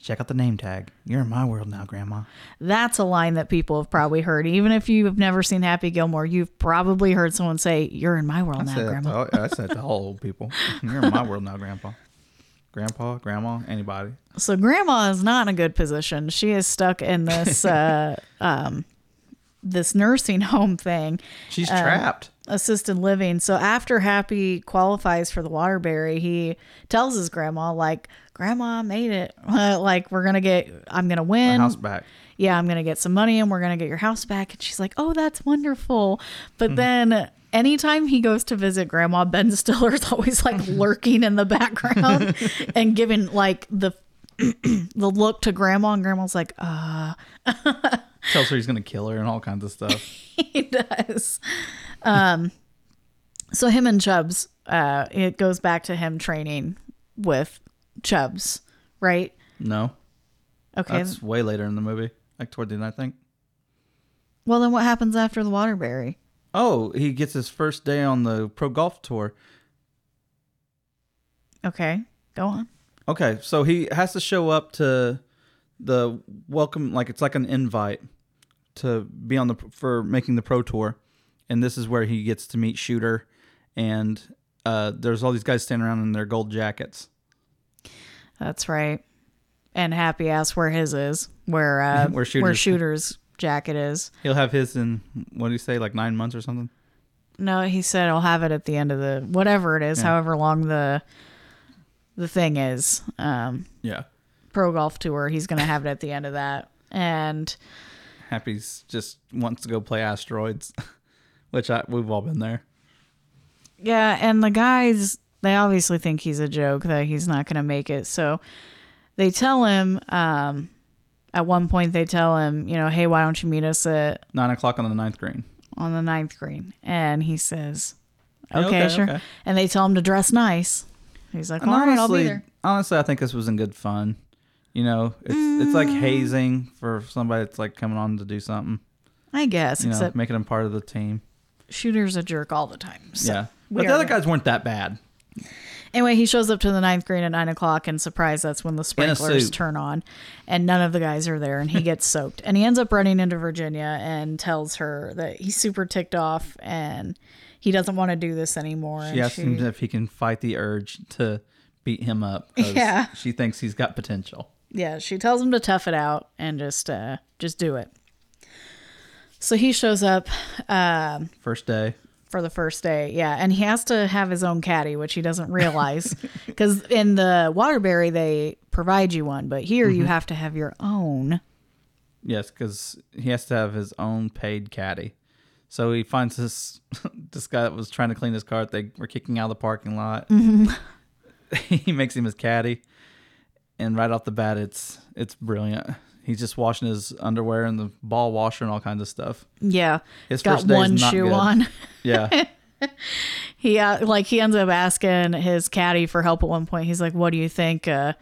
Check out the name tag. You're in my world now, Grandma. That's a line that people have probably heard. Even if you have never seen Happy Gilmore, you've probably heard someone say, you're in my world now, grandma. I said to all old people. *laughs* You're in my world now, Grandpa. Grandpa, Grandma, anybody. So grandma is not in a good position. She is stuck in this, uh, um, this nursing home thing. She's Um, trapped. assisted living. So after Happy qualifies for the Waterbury, he tells his grandma, like, Grandma I made it. *laughs* like, we're going to get, I'm going to The win. house back. Yeah, I'm going to get some money and we're going to get your house back. And she's like, Oh, that's wonderful. But then anytime he goes to visit grandma, Ben Stiller is *laughs* always like lurking in the background and giving like the, *clears throat* the look to grandma. And grandma's like, Uh, Tells her he's gonna kill her and all kinds of *laughs* stuff. he does. Um, so him and Chubbs, uh, it goes back to him training with Chubbs, right? No, Okay. that's way later in the movie, like toward the end, I think. well, then what happens after the Waterbury? Oh, he gets his first day on the pro golf tour. Okay, go on. Okay, so he has to show up to the welcome, like it's like an invite to be on the for making the pro tour, and this is where he gets to meet Shooter, and uh, there's all these guys standing around in their gold jackets. That's right. And Happy asks where his is, where Where uh, *laughs* where, Shooter's- shooter's. jacket is. He'll have his in what do you say, like nine months or something? No, he said I'll have it at the end of the whatever it is, however long the the thing is. Um, Yeah, pro golf tour. He's gonna have it at the end of that, and Happy's just wants to go play asteroids, *laughs* which I we've all been there. Yeah, and the guys, they obviously think he's a joke that he's not going to make it. So they tell him, um, at one point, they tell him, you know, hey, why don't you meet us at, Nine o'clock on the ninth green. on the ninth green? And he says, Yeah, okay, okay, sure. okay. And they tell him to dress nice. He's like, And all right, I'll honestly, be there. honestly, I think this was in good fun. You know, it's it's Mm. like hazing for somebody that's like coming on to do something. I guess, You know, except making them part of the team. Shooter's a jerk all the time. So. yeah, we but the are other gonna- guys weren't that bad. Anyway, he shows up to the ninth green at nine o'clock, and surprise, that's when the sprinklers suit. turn on, and none of the guys are there, and he gets *laughs* soaked, and he ends up running into Virginia and tells her that he's super ticked off, and he doesn't want to do this anymore. and She asked him she- if he can fight the urge to beat him *laughs* up. 'cause Yeah. she thinks he's got potential. yeah, she tells him to tough it out and just uh, just do it. So he shows up um, First day, for the first day, yeah, and he has to have his own caddy, which he doesn't *laughs* realize, because in the Waterbury they provide you one, but here Mm-hmm. you have to have your own. yes, because he has to have his own paid caddy. So he finds this *laughs* this guy that was trying to clean his car. They were kicking out of the parking lot. Mm-hmm. *laughs* *laughs* he makes him his caddy, and right off the bat, it's it's brilliant. He's just washing his underwear and the ball washer and all kinds of stuff. Yeah. His got first day is one not shoe good. on. *laughs* Yeah, He uh, like he ends up asking his caddy for help at one point. He's like, "What do you think uh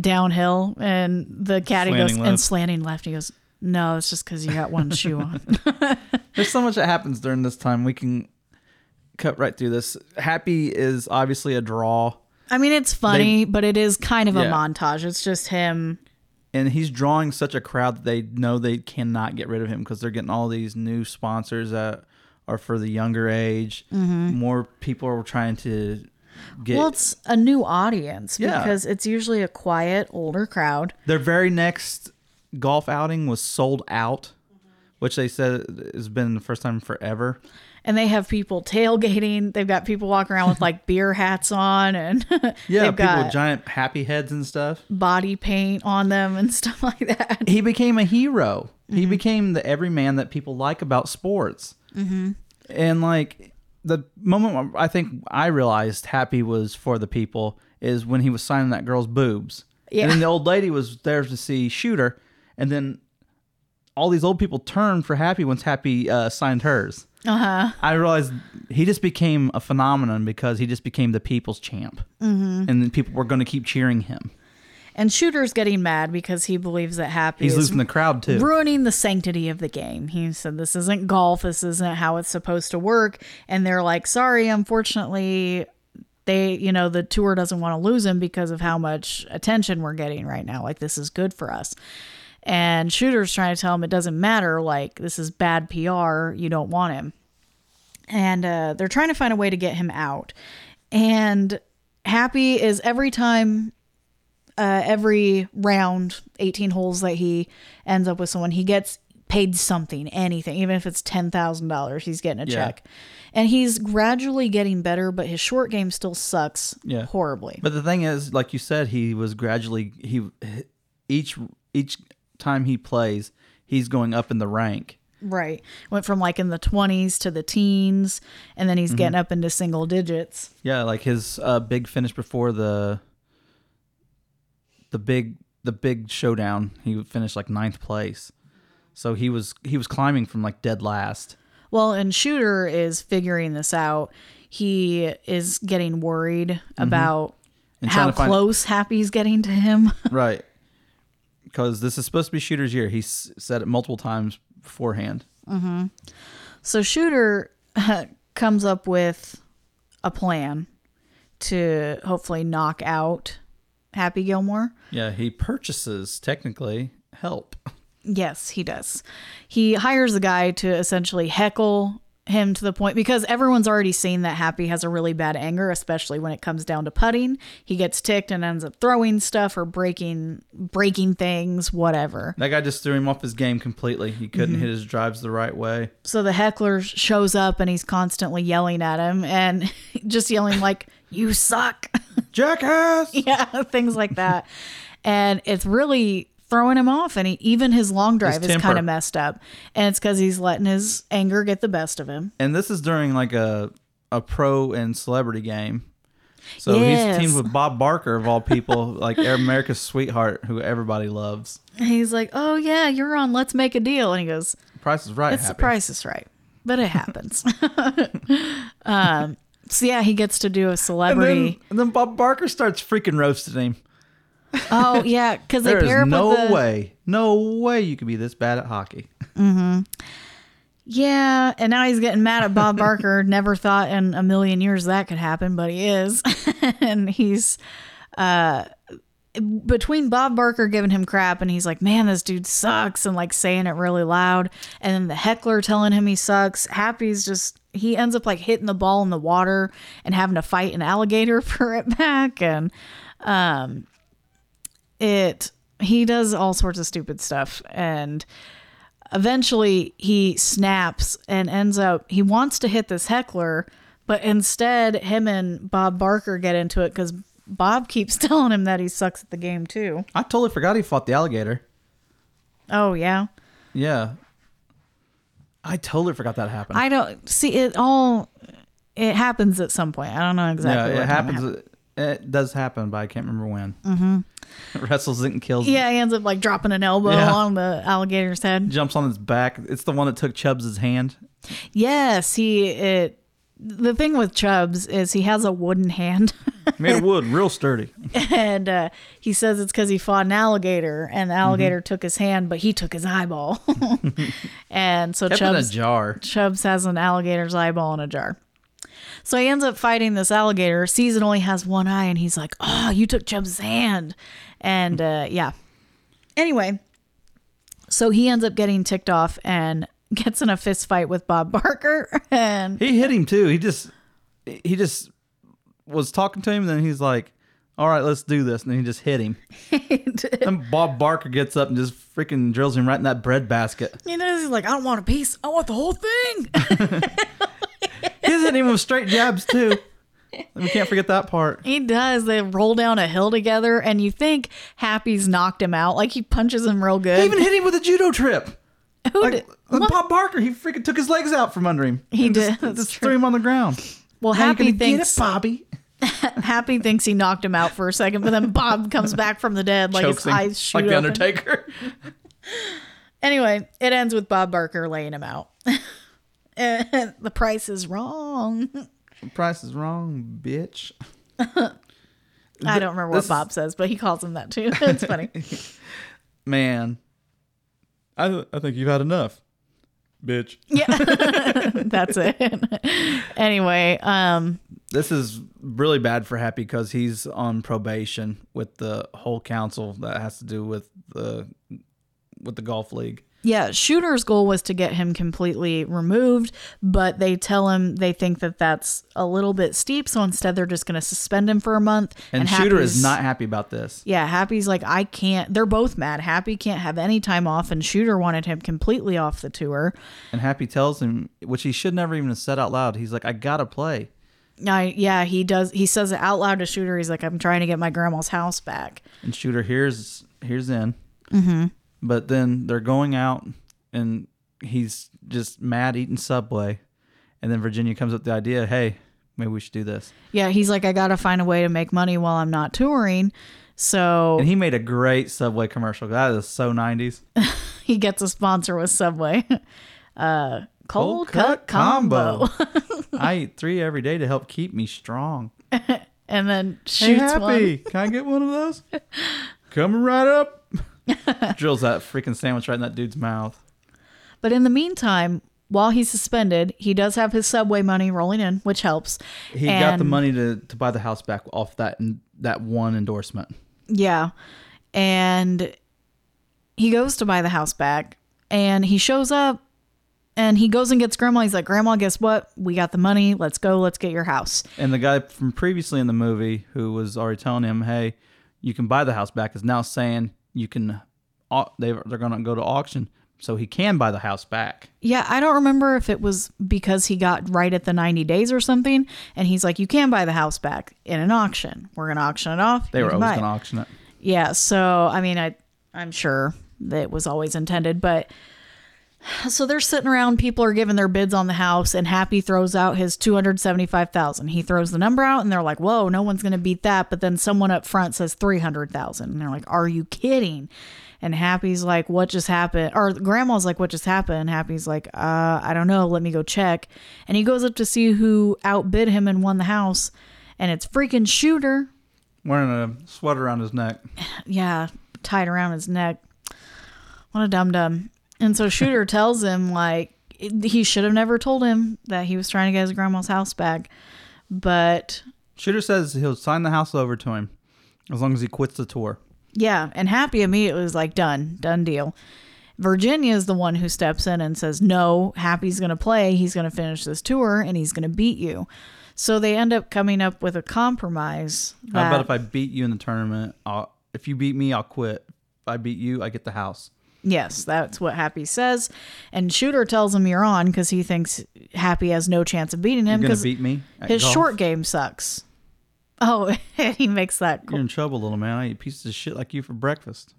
downhill?" And the caddy Slanting goes left. and slanting left. He goes, "No, it's just cuz you got one *laughs* shoe on." there's so much that happens during this time. We can cut right through this. Happy is obviously a draw, I mean, it's funny, but it is kind of a Yeah. montage. It's just him and he's drawing such a crowd that they know they cannot get rid of him because they're getting all these new sponsors that are for the younger age. More people are trying to get. Mm-hmm. well, it's a new audience Yeah. because it's usually a quiet, older crowd. Their very next Mm-hmm. golf outing was sold out, which they said has been the first time forever. and they have people tailgating. They've got people walking around with like beer hats on, and *laughs* Yeah, they've people got with giant happy heads and stuff. body paint on them and *laughs* stuff like that. He became a hero. Mm-hmm. He became the everyman that people like about sports. Mm-hmm. And like the moment I think I realized Happy was for the people is when he was signing that girl's boobs. Yeah. And then the old lady was there to see Shooter, and then all these old people turned for Happy once Happy uh, signed hers. Uh huh. I realized he just became a phenomenon because he just became the people's champ, mm-hmm. and then people were going to keep cheering him. And Shooter's getting mad because he believes that Happy He's is losing the crowd too. ruining the sanctity of the game. He said, This isn't golf. This isn't how it's supposed to work. And they're like, Sorry, unfortunately, they, you know, the tour doesn't want to lose him because of how much attention we're getting right now. Like, this is good for us. And Shooter's trying to tell him it doesn't matter. Like, this is bad PR. You don't want him. And uh, they're trying to find a way to get him out. And Happy is every time uh, every round, 18 holes that he ends up with someone, he gets paid something, anything, even if it's $10,000, he's getting a Yeah. check. And he's gradually getting better, but his short game still sucks Yeah. horribly. But the thing is, like you said, he was gradually he each each time he plays, he's going up in the rank. right. Went from like in the 20s to the teens, and then he's Mm-hmm. getting up into single digits. Yeah, like his uh, big finish before the the big the big showdown, he finished like ninth place. So he was he was climbing from like dead last. Well, and Shooter is figuring this out. He is getting worried about Mm-hmm. And trying how to find- close Happy's getting to him. *laughs* Right. Because this is supposed to be Shooter's year. He s- said it multiple times beforehand. So Shooter uh, comes up with a plan to hopefully knock out Happy Gilmore. Yeah, he purchases technically help. Yes, he does. He hires a guy to essentially heckle him to the point because everyone's already seen that Happy has a really bad anger, especially when it comes down to putting. He gets ticked and ends up throwing stuff or breaking breaking things, whatever. That guy just threw him off his game completely. He Mm-hmm. couldn't hit his drives the right way. so the heckler shows up and he's constantly yelling at him and *laughs* just yelling like you suck *laughs* Jackass! yeah things like that and it's really throwing him off and he, even his long drive is temper. kind of messed up and it's because he's letting his anger get the best of him And this is during like a a pro and celebrity game. So Yes. he's teamed with Bob Barker of all people, *laughs* like America's sweetheart, who everybody loves. and he's like oh yeah you're on let's make a deal and he goes Price is right. It's the happy. price is right, but it happens. *laughs* um, so yeah, he gets to do a And then, *laughs* celebrity. and then Bob Barker starts freaking roasting him. oh yeah, because they There pair is up no with the, way, no way you could be this bad at hockey. Yeah, and now he's getting mad at Bob Barker. Never thought in a million years that could happen, but he is. *laughs* and he's uh between Bob Barker giving him crap and he's like, "Man, this dude sucks." and like saying it really loud, and then the heckler telling him he sucks. Happy's just he ends up like hitting the ball in the water and having to fight an alligator *laughs* for it back and um, it he does all sorts of stupid stuff and eventually he snaps and ends up he wants to hit this heckler but instead him and bob barker get into it because bob keeps *laughs* telling him that he sucks at the game too I totally forgot he fought the alligator. oh yeah Yeah, I totally forgot that happened. i don't see it all it happens at some point i don't know yeah, it exactly what time it happens. uh, It, does happen, but I can't remember when. Mm-hmm. *laughs* Wrestles it and kills. it. yeah he ends up like dropping an elbow Yeah. on the alligator's head jumps on his back. It's the one that took Chubbs' hand. yes he it the thing with chubbs is he has a wooden hand *laughs* Made of wood, real sturdy. and uh, he says it's because he fought an alligator and the alligator took his hand but he took his eyeball *laughs* and so Kept in a chubbs, jar. chubbs has an alligator's eyeball in a jar so he ends up fighting this alligator sees it only has one eye and he's like oh you took chubbs' hand and uh, yeah anyway so he ends up getting ticked off and *laughs* gets in a fist fight with bob barker *laughs* and He hit him too. He just he just was talking to him, and then he's like, "All right, let's do this." And then he just hit *laughs* him. And Bob Barker gets up and just freaking drills him right in that bread basket. you know he's like i don't want a piece i want the whole thing hitting him with straight jabs *laughs* too. We can't forget that part. He does. They roll down a hill together, and you think Happy's knocked him out. Like he punches him real good. He even hit him with a judo trip. Who Like did- like what? Bob Barker, he freaking took his legs out from under him. He And did. *laughs* Just, That's just true. threw him on the ground. well, Now you Happy can get thinks it, *laughs* Bobby. Happy thinks he knocked him out for a second, but then Bob comes back from the dead, like Chokes his him, eyes shoot like the open. Undertaker. Anyway, it ends with Bob Barker laying him out. *laughs* And the price is wrong. *laughs* Price is wrong, bitch. I don't remember This what is- Bob says, but he calls him that too. *laughs* It's funny. Man, I I think you've had enough, bitch. That's it. *laughs* anyway, um, This is really bad for Happy because he's on probation with the whole council that has to do with the with the golf league. yeah, Shooter's goal was to get him completely removed, but they tell him they think that that's a little bit steep, so instead they're just going to suspend him for a month. And, Shooter is Happy's- not happy about this. Yeah, Happy's like, I can't. They're both mad. Happy can't have any time off, and Shooter wanted him completely off the tour. And Happy tells him, which he should never even have said out loud. He's like, "I gotta play." I, yeah, he does. He says it out loud to Shooter. He's like, I'm trying to get my grandma's house back. And Shooter hears hears in, mm-hmm. but then they're going out, and he's just mad eating Subway. And then Virginia comes up with the idea, "Hey, maybe we should do this." Yeah, he's like, I got to find a way to make money while I'm not touring. So And he made a great Subway commercial. That is so '90s. he gets a sponsor with Subway. *laughs* Uh, cold, cut, combo. *laughs* I eat three every day to help keep me strong. And then Hey, shoots happy. Can I get one of *laughs* those? Coming right up. Drills that freaking sandwich right in that dude's mouth. one. But in the meantime, while he's suspended, he does have his Subway money rolling in, which helps. He got the And- money to, to buy the house back off that that one endorsement. Yeah. And he goes to buy the house back and he shows up and he goes and gets grandma. He's like, Grandma, guess what? We got the money. Let's go. Let's get your house. And the guy from previously in the movie who was already telling him, "Hey, you can buy the house back," is now saying you can. au- They they're going to go to auction, so he can buy the house back. Yeah. I don't remember if it was because he got right at the 90 days or something. And he's like, You can buy the house back in an auction. We're going to auction it off. They You were can always buy it." going to auction it. Yeah, so I mean, I I'm sure that it was always intended, but so they're sitting around, people are giving their bids on the house, and Happy throws out his two hundred seventy five thousand. He throws the number out, and they're like, "Whoa, no one's going to beat that." But then someone up front says three hundred thousand, and they're like, "Are you kidding?" And Happy's like, "What just happened?" Or Grandma's like, "What just happened?" And Happy's like, "Uh, I don't know. Let me go check." And he goes up to see who outbid him and won the house, and it's freaking Shooter Wearing a sweater around his neck. yeah, tied around his neck. What a dum dum. And so Shooter tells him like it- he should have never told him that he was trying to get his grandma's house back. But Shooter says he'll sign the house over to him as long as he quits the tour. yeah, and Happy immediately was like, done, done deal. Virginia is the one who steps in and says, no, Happy's going to play. He's going to finish this tour and he's going to beat you. So they end up coming up with a compromise. How that- about if I beat you in the tournament? I'll, if you beat me, I'll quit. If I beat you, I get the house. Yes, that's what Happy says. And Shooter tells him you're on because he thinks Happy has no chance of beating him You're gonna because beat me. at his golf? short game sucks. Oh, *laughs* and he makes that. You're Cool. in trouble, little man. I eat pieces of shit like you for breakfast.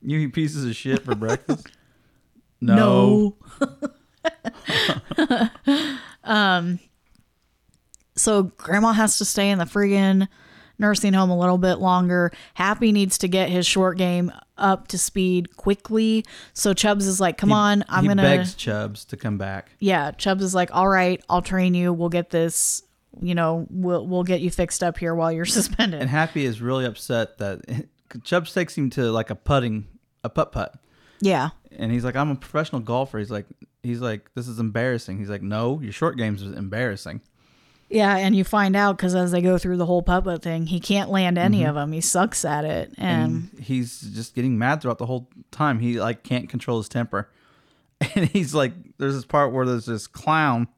You eat pieces of shit for *laughs* breakfast? No. *laughs* Um, So Grandma has to stay in the friggin' nursing home a little bit longer. Happy needs to get his short game up to speed quickly. So Chubbs is like, "Come on, I'm he gonna." begs Chubbs to come back. yeah, Chubbs is like, "All right, I'll train you. We'll get this. You know, we'll we'll get you fixed up here while you're *laughs* suspended." And Happy is really upset that *laughs* Chubbs takes him to like a putting, a putt putt. yeah. and he's like, "I'm a professional golfer." He's like, "He's like, this is embarrassing." He's like, "No, your short games is embarrassing." Yeah, and you find out because as they go through the whole puppet thing, he can't land any Mm-hmm. of 'em. of them. He sucks at it, and, He's just getting mad throughout the whole time. He like can't control his temper, *laughs* and he's like, "There's this part where there's this clown." and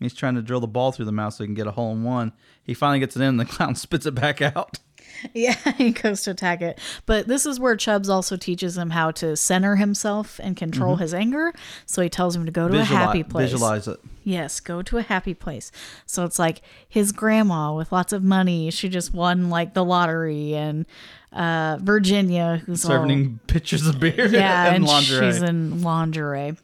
He's trying to drill the ball through the mouth so he can get a hole in one. He finally gets it in, and the *laughs* clown spits it back out. *laughs* yeah, he goes to attack it. But this is where Chubbs also teaches him how to center himself and control his anger. So he tells him to go to a happy place. Mm-hmm. Oh. visualize it. Yes, go to a happy place. So it's like his grandma with lots of money. She just won like the lottery and uh, Virginia, who's all- serving pitchers of beer *laughs* yeah, *laughs* and, and, lingerie. she's in lingerie.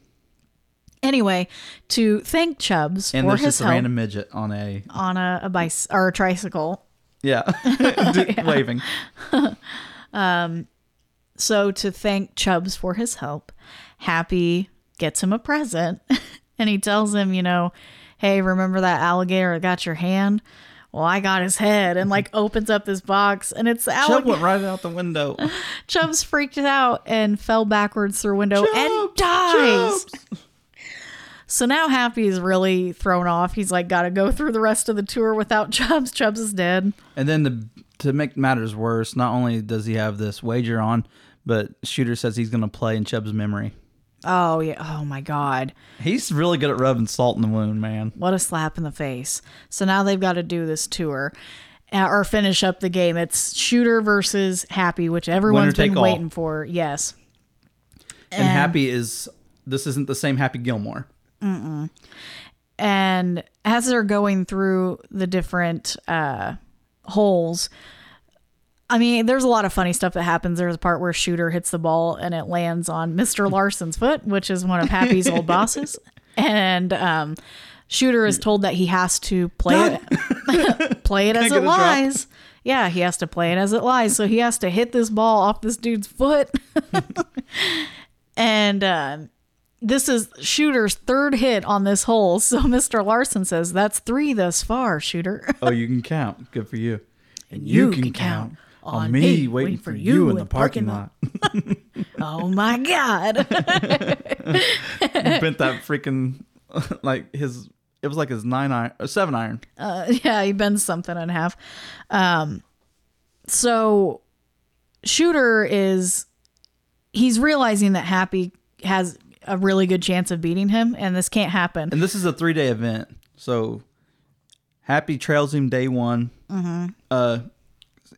Anyway, to thank Chubbs and for there's his just a help random midget on a on a, a bicycle or a tricycle *laughs* yeah, *laughs* d- waving. So to thank Chubbs for his help, Happy gets him a present *laughs* and he tells him, you know, hey, remember that alligator that got your hand? Well, I got his head and like opens up this box and it's the Chubb alligator. went right out the window. Chubbs freaked out and fell backwards through a window Chubbs! and dies. Chubbs! So now Happy is really thrown off. He's like got to go through the rest of the tour without Chubbs. Chubbs is dead. And then the, to make matters worse, not only does he have this wager on, but Shooter says he's going to play in Chubb's memory. Oh yeah. Oh my god. He's really good at rubbing salt in the wound, man. What a slap in the face. So now they've got to do this tour uh, or finish up the game. It's Shooter versus Happy, which everyone's take been all. waiting for. Yes. Eh. And Happy is this isn't the same Happy Gilmore. And as they're going through the different uh, holes, I mean, there's a lot of funny stuff that happens. There's a part where Shooter hits the ball and it lands on *laughs* Mr. Larson's foot, which is one of Happy's old bosses. And um, Shooter is told that he has to play *laughs* it play it *laughs* as get it a drop? lies. Yeah, he has to play it as it lies. So he has to hit this ball off this dude's foot. *laughs* and uh, this is Shooter's third hit on this hole. So Mr. Larson says, That's three thus far, Shooter. Oh, you can count. Good for you. And you can count on me waiting for you in the parking oh my God. lot. *laughs* *laughs* Bent that freaking *laughs* like his. It was like his nine iron, or seven iron. Uh, yeah, he bends something in half. Um, so Shooter is he's realizing that Happy has a really good chance of beating him, and this can't happen. And this is a three day event. So Happy trails him day one, Mm-hmm. uh,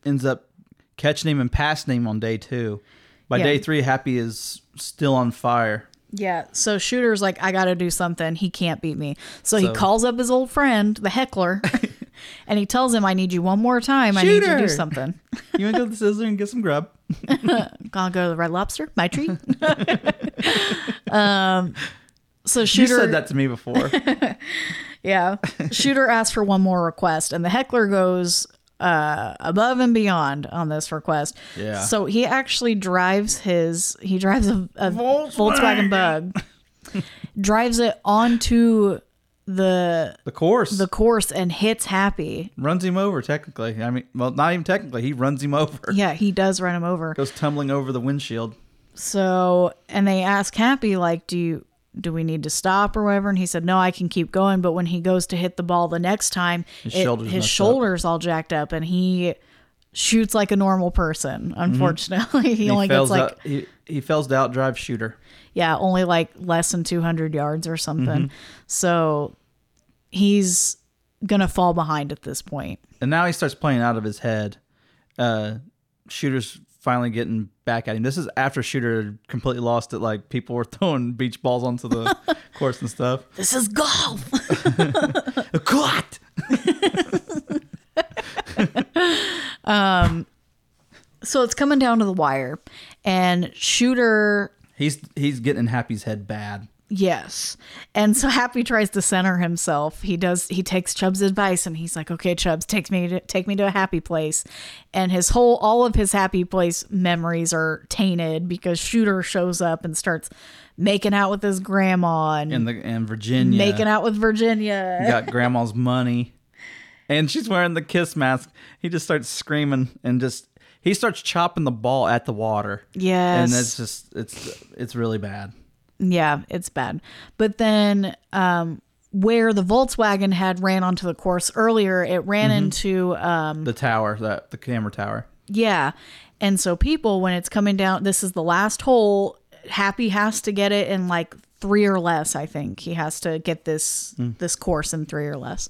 ends up catching him and passing him on day two. By Yeah. day three, Happy is still on fire. Yeah. So Shooter's like, I got to do something. He can't beat me. So, So- he calls up his old friend, *laughs* the heckler, and he tells him, I need you one more time. I need you to Shooter! do something. *laughs* You want to go to the scissor and get some grub? I'll go to the Red Lobster, *laughs* my treat. *laughs* um, so You Shooter. said that to me *laughs* before. Yeah. Shooter asks for one more request, and the heckler goes uh, above and beyond on this request. Yeah. So he actually drives his he drives a, a Volkswagen. Bug, drives it onto the the course the course and hits Happy. runs him over, technically. I mean, well, not even technically. He runs him over, Yeah, he does run him over. goes tumbling over the windshield. So, and they ask Happy, like, do you do we need to stop or whatever? And he said, no, I can keep going. But when he goes to hit the ball the next time, his shoulders his messed up. shoulders all jacked up, and he shoots like a normal person. Unfortunately, *laughs* he, And Mm-hmm. he only fails gets like out. He, he fails to outdrive Shooter. yeah, only like less than 200 yards or something. Mm-hmm. So he's gonna fall behind at this point. and now he starts playing out of his head. Uh, Shooter's finally getting back at him. This is after Shooter completely lost it. Like people were *laughs* throwing beach balls onto *laughs* the course and stuff. This is golf. Caught. *laughs* so it's coming down to the wire, and shooter He's he's getting in Happy's head bad. Yes. And so *laughs* Happy tries to center himself. He does he takes Chubb's advice and he's like, "Okay, Chubbs, take me to take me to a happy place." And his whole all of his happy place memories are tainted because Shooter shows up and starts making out with his grandma and, And the and Virginia making out with Virginia. got grandma's money, and she's wearing the kiss mask. He just starts screaming and just he starts chopping the ball at the water. Yes. and it's just it's it's really bad. Yeah, it's bad. But then um where the Volkswagen had ran onto the course earlier, it ran into um The tower that the camera tower. Yeah. And so people, when it's coming down, this is the last hole. Happy has to get it in like three or less, I think. He has to get this this course in three or less.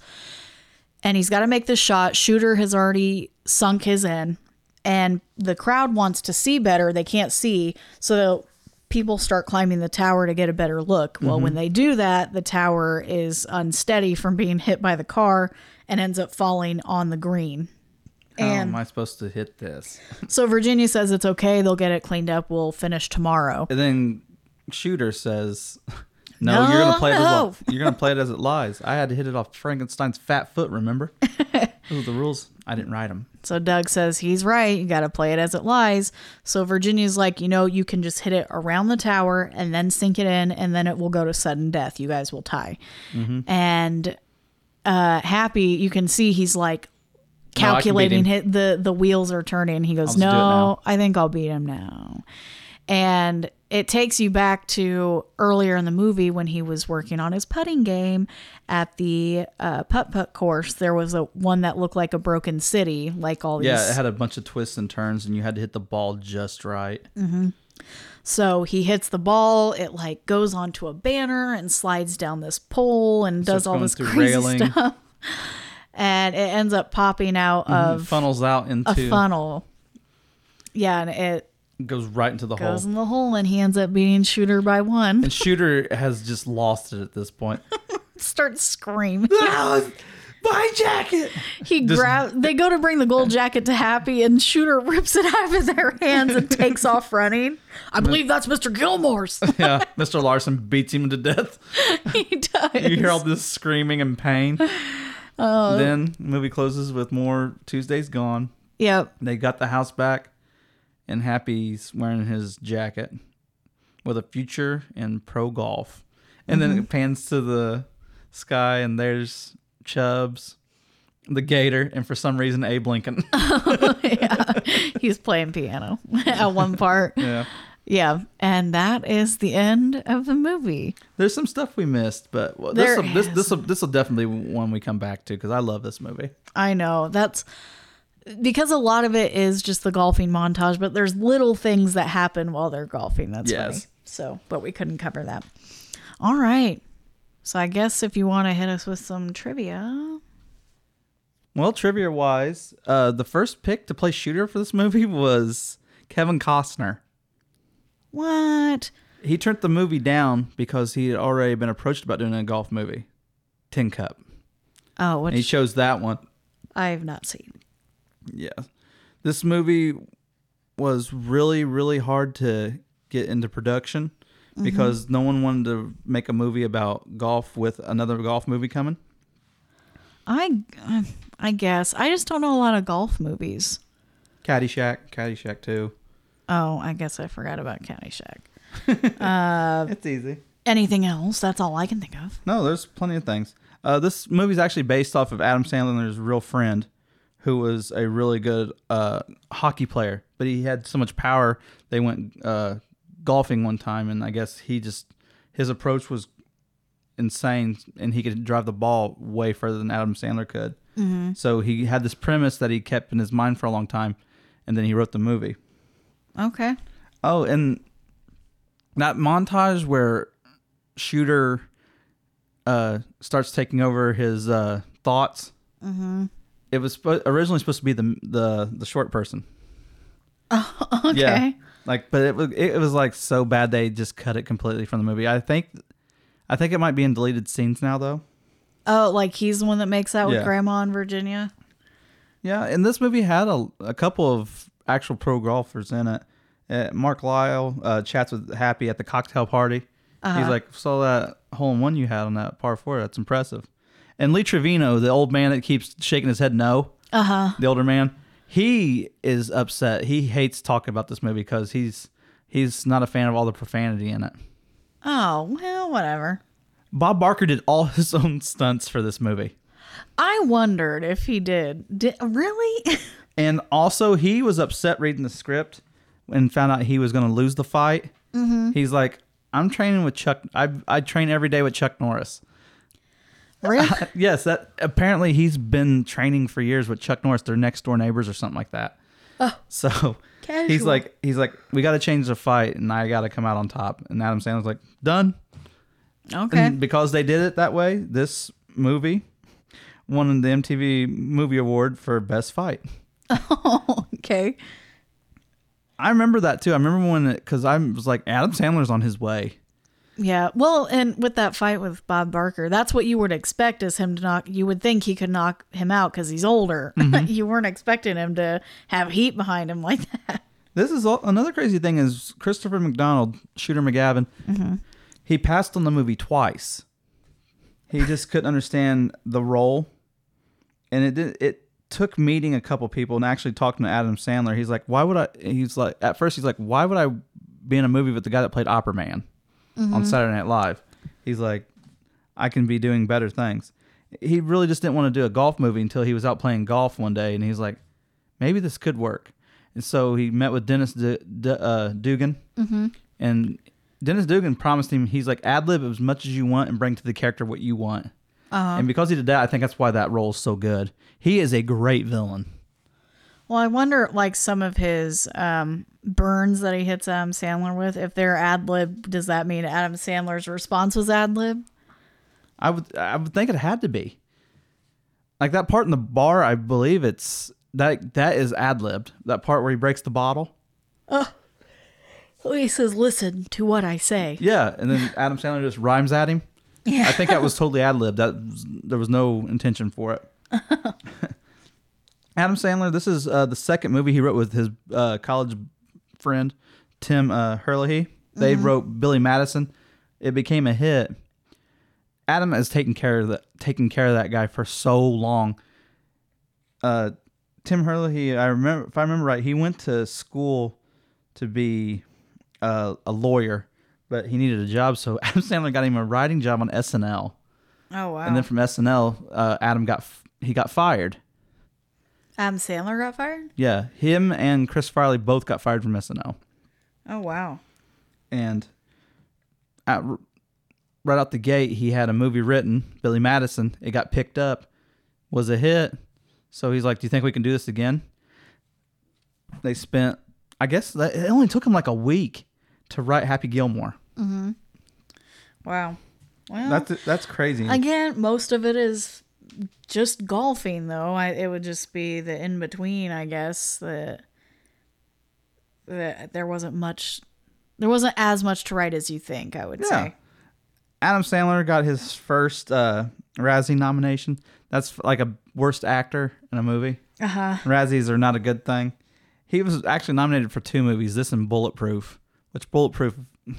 And he's got to make this shot. Shooter has already sunk his in. And the crowd wants to see better. They can't see. So people start climbing the tower to get a better look. Well, when they do that, the tower is unsteady from being hit by the car and ends up falling on the green. How And am I supposed to hit this? so Virginia says it's okay. They'll get it cleaned up. We'll finish tomorrow. And then Shooter says, "No, you're gonna No, play it. no. As li- you're gonna play it as it lies." I had to hit it off Frankenstein's fat foot. *laughs* Remember? Those are the rules. I didn't write them. So Doug says he's right. You got to play it as it lies. So Virginia's like, you know, you can just hit it around the tower and then sink it in, and then it will go to sudden death. You guys will tie. Mm-hmm. And uh, Happy, you can see he's like No, I can beat calculating. him. hit the the wheels are turning. He goes, just do it no, now." I think I'll beat him now. And it takes you back to earlier in the movie when he was working on his putting game at the uh, putt putt course. There was a one that looked like a broken city, like all these. Yeah, it had a bunch of twists and turns, and you had to hit the ball just right. so he hits the ball. It like goes onto a banner and slides down this pole and does it's all going this through crazy railing. *laughs* stuff. And it ends up popping out Mm-hmm. of Funnels out into a funnel. Yeah, and it goes right into the goes hole. in the hole, and he ends up beating Shooter by one. *laughs* And Shooter has just lost it at this point. Starts screaming. My jacket. He grab. They go to bring the gold jacket to Happy, and Shooter *laughs* rips it out of their hands and *laughs* takes off running. I believe that's Mr. Gilmore's. *laughs* *laughs* Yeah, Mr. Larson beats him to death. he does. You hear all this screaming and pain. then movie closes with more Tuesday's gone. *laughs* Yep. They got the house back, and Happy's wearing his jacket with a future and pro golf. And then it pans to the sky, and there's Chubbs, the gator, and for some reason, Abe Lincoln. He's playing piano *laughs* at one part. yeah. Yeah. And that is the end of the movie. There's some stuff we missed, but well, There this this this this will definitely be one we come back to because I love this movie. I know. That's because a lot of it is just the golfing montage, but there's little things that happen while they're golfing. That's Yes. funny. So, but we couldn't cover that. All right. So I guess if you want to hit us with some trivia, Well, trivia wise, uh, the first pick to play shooter for this movie *laughs* was Kevin Costner. what? He turned the movie down because he had already been approached about doing a golf movie, Tin Cup. Oh, which And he chose that one. I have not seen. Yeah, this movie was really really hard to get into production because Mm-hmm. no one wanted to make a movie about golf with another golf movie coming. I, I guess I just don't know a lot of golf movies. Caddyshack, Caddyshack Two. Oh, I guess I forgot about *laughs* Caddyshack. Uh, It's easy. Anything else? That's all I can think of. No, there's plenty of things. Uh, this movie's actually based off of Adam Sandler's real friend, who was a really good uh, hockey player, but he had so much power. They went uh, golfing one time, and I guess he just his approach was insane, and he could drive the ball way further than Adam Sandler could. So he had this premise that he kept in his mind for a long time, and then he wrote the movie. Okay. Oh, and that montage where Shooter uh, starts taking over his uh, thoughts. Mm-hmm. It was spo- originally supposed to be the the the short person. *laughs* Oh, okay. okay. Like, but it was it was like so bad they just cut it completely from the movie. I think, I think it might be in deleted scenes now though. Oh, like he's the one that makes out with Yeah. grandma in Virginia. Yeah, and this movie had a, a couple of actual pro golfers in it. Uh, Mark Lyle uh, chats with Happy at the cocktail party. He's like, "Saw that hole in one you had on that par four. That's impressive." And Lee Trevino, the old man that keeps shaking his head no, uh-huh. the older man, he is upset. He hates talking about this movie because he's he's not a fan of all the profanity in it. Oh, well, whatever. Bob Barker did all *laughs* his own stunts for this movie. I wondered if he did. did really? *laughs* And also, he was upset reading the script and found out he was going to lose the fight. Mm-hmm. He's like, I'm training with Chuck. I I train every day with Chuck Norris. really? Yes, that apparently he's been training for years with Chuck Norris. They're next door neighbors or something like that. Oh, so he's Casual. like, he's like, we got to change the fight, and I got to come out on top. And Adam Sandler's like, done. *laughs* Okay. And because they did it that way, this movie won the MTV Movie Award for Best Fight. okay. I remember that too. I remember when because I was like Adam Sandler's on his way. Yeah. Well, and with that fight with Bob Barker, that's what you would expect is him to knock. You would think he could knock him out because he's older. *laughs* you weren't expecting him to have heat behind him *laughs* like that. This is all, another crazy thing is Christopher McDonald, Shooter McGavin. He passed on the movie twice. He just couldn't understand the role, and it did, it took meeting a couple people and actually talking to Adam Sandler. He's like, "Why would I?" He's like, at first he's like, "Why would I be in a movie with the guy that played Opera Man on Saturday Night Live?" He's like, "I can be doing better things." He really just didn't want to do a golf movie until he was out playing golf one day, and he's like, maybe this could work. And so he met with Dennis D- D- uh, Dugan, and Dennis Dugan promised him he's like ad lib as much as you want and bring to the character what you want. And because he did that, I think that's why that role is so good. He is a great villain. Well, I wonder, like some of his um, burns that he hits Adam Sandler with, if they're ad lib, does that mean Adam Sandler's response was ad lib? I would I would think it had to be. Like that part in the bar, I believe it's that that is ad libbed. That part where he breaks the bottle. He says, "Listen to what I say." Yeah, and then Adam Sandler just rhymes at him. Yeah. I think that was totally ad lib. That was, there was no intention for it. Adam Sandler. This is uh, the second movie he wrote with his uh, college friend Tim uh, Herlihy. They wrote Billy Madison. It became a hit. Adam has taken care of that taken care of that guy for so long. Uh, Tim Herlihy, I remember if I remember right, he went to school to be uh, a lawyer, but he needed a job, so *laughs* Adam Sandler got him a writing job on SNL, Oh wow! and then from SNL, uh, Adam got f- he got fired. Adam Sandler got fired. Yeah, him and Chris Farley both got fired from SNL, Oh wow! and at, right out the gate, he had a movie written, Billy Madison. It got picked up, was a hit, so he's like, "Do you think we can do this again?" They spent, I guess, that, it only took him like a week to write Happy Gilmore. Wow. Well, That's that's crazy. Again, most of it is just golfing, though. I, it would just be the in between, I guess. That that there wasn't much, there wasn't as much to write as you think. I would Yeah. say. Adam Sandler got his first uh, Razzie nomination. That's like a worst actor in a movie. Uh-huh. Razzies are not a good thing. He was actually nominated for two movies, this and Bulletproof, which Bulletproof, *laughs*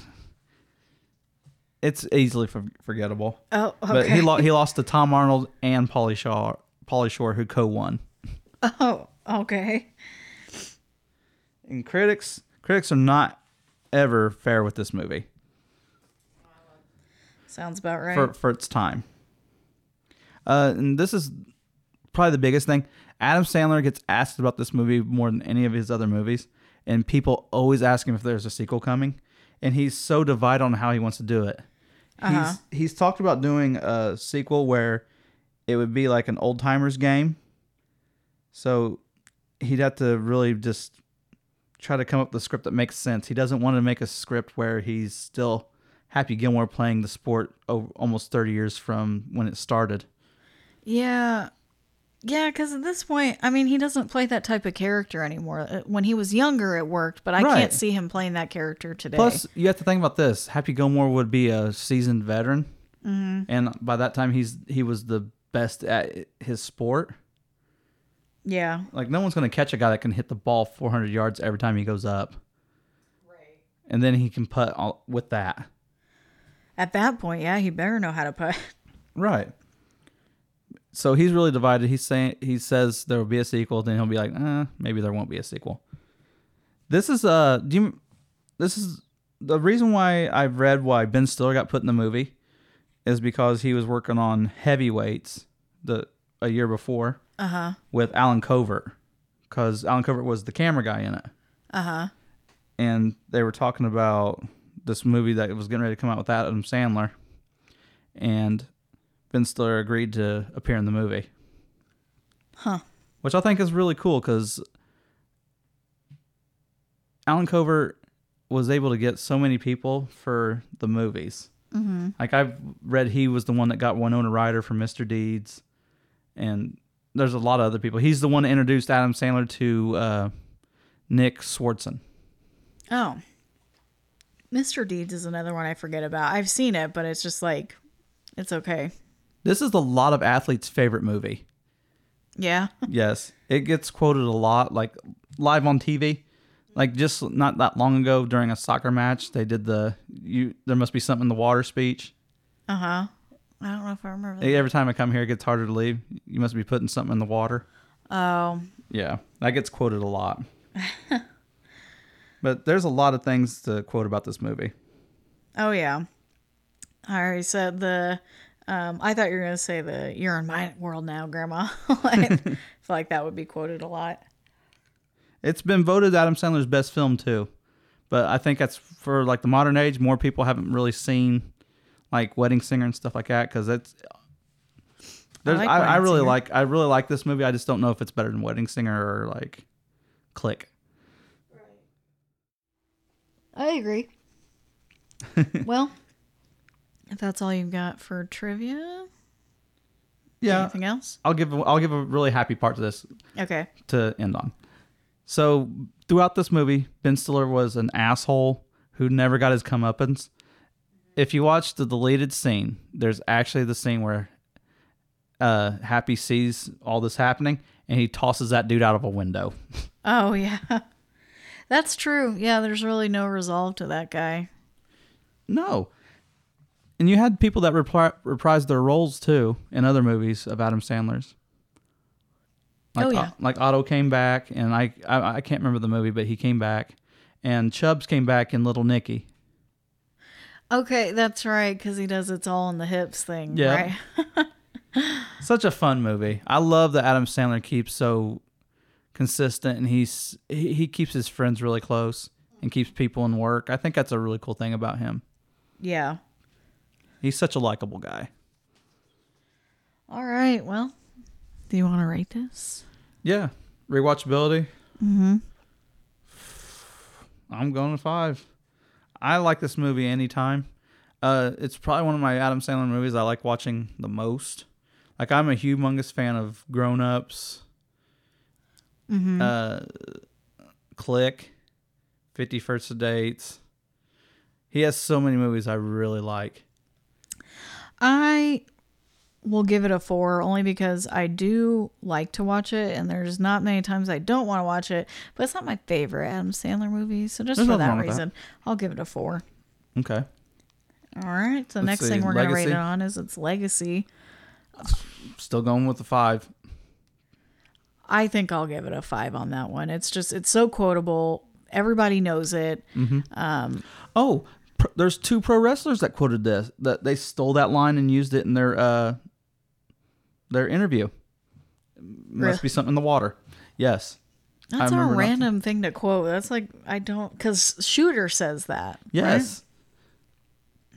it's easily for- forgettable. Oh, okay. But he, lo- he lost to Tom Arnold and Polly Shaw, Polly Shore, who co-won. *laughs* oh, okay. And critics, critics are not ever fair with this movie. Sounds about right. for, for its time. Uh, and this is probably the biggest thing. Adam Sandler gets asked about this movie more than any of his other movies, and people always ask him if there's a sequel coming, and he's so divided on how he wants to do it. He's he's talked about doing a sequel where it would be like an old timers game, so he'd have to really just try to come up with a script that makes sense. He doesn't want to make a script where he's still Happy Gilmore playing the sport o- almost 30 years from when it started. Yeah. Yeah, because at this point, I mean, he doesn't play that type of character anymore. Uh, When he was younger, it worked, but I Right. can't see him playing that character today. Plus, you have to think about this. Happy Gilmore would be a seasoned veteran, and by that time he's he was the best at his sport. yeah. Like no one's going to catch a guy that can hit the ball 400 yards every time he goes up. And then he can putt all, with that. At that point, yeah, he better know how to putt. Right. So he's really divided. He's saying he says there will be a sequel, then he'll be like, eh, maybe there won't be a sequel. This is uh do you this is the reason why I've read why Ben Stiller got put in the movie is because he was working on heavyweights the a year before uh-huh. with Alan Covert because Alan Covert was the camera guy in it. Uh-huh. And they were talking about this movie that was getting ready to come out with Adam Sandler and Ben Stiller agreed to appear in the movie. Huh. Which I think is really cool because Alan Covert was able to get so many people for the movies. Mm-hmm. Like I've read, he was the one that got Winona Ryder for Mr. Deeds, and there's a lot of other people. He's the one that introduced Adam Sandler to uh, Nick Swartzen. Oh. Mr. Deeds is another one I forget about. I've seen it, but it's just like, it's okay. This is a lot of athletes' favorite movie. Yeah. Yes, it gets quoted a lot, like live on TV. Like just not that long ago during a soccer match, they did the "you there must be something in the water" speech. Uh huh. I don't know if I remember. That. Every time I come here, it gets harder to leave. You must be putting something in the water. Oh, Yeah, that gets quoted a lot. but there's a lot of things to quote about this movie. oh yeah. I already said the. Um, I thought you were gonna say the "You're in my world now, Grandma." *laughs* like, I feel like that would be quoted a lot. It's been voted Adam Sandler's best film too, but I think that's for like the modern age. More people haven't really seen like Wedding Singer and stuff like that because that's. There's, I, like I, Wedding really Singer. like I really like this movie. I just don't know if it's better than Wedding Singer or like Click. I *laughs* agree. well, if that's all you've got for trivia, Yeah, anything else? I'll give I'll give a really happy part to this. Okay. to end on. So throughout this movie, Ben Stiller was an asshole who never got his comeuppance. If you watch the deleted scene, there's actually the scene where uh, Happy sees all this happening and he tosses that dude out of a window. Oh *laughs* yeah. That's true. Yeah, there's really no resolve to that guy. No. And you had people that repri- reprised their roles too in other movies of Adam Sandler's. Like, uh, Oh, yeah. like Otto came back, and I, I I can't remember the movie, but he came back, and Chubbs came back in Little Nicky. Okay, that's right, because he does it's all in the hips thing, Yeah. right? Such a fun movie. I love that Adam Sandler keeps so consistent and he's he, he keeps his friends really close and keeps people in work. I think that's a really cool thing about him. Yeah. He's such a likable guy. All right. Well, do you want to rate this? Yeah. Rewatchability. Mm-hmm. I'm going to five. I like this movie anytime. Uh, it's probably one of my Adam Sandler movies I like watching the most. Like I'm a humongous fan of Grown Ups, uh, Click, Fifty First Dates. He has so many movies I really like. I will give it a four only because I do like to watch it, and there's not many times I don't want to watch it, but it's not my favorite Adam Sandler movie. So just There's for nothing wrong that with that. reason, I'll give it a four. Okay. All right. So Let's next see, thing we're going to rate Legacy? it on is its legacy. Still going with the five. I think I'll give it a five on that one. It's just, it's so quotable. Everybody knows it. Mm-hmm. Um, Oh, pr- there's two pro wrestlers that quoted this that they stole that line and used it in their uh their interview. Really? Must be something in the water. Yes. That's a remember not to- random thing to quote. That's like, I don't, because Shooter says that. Yes.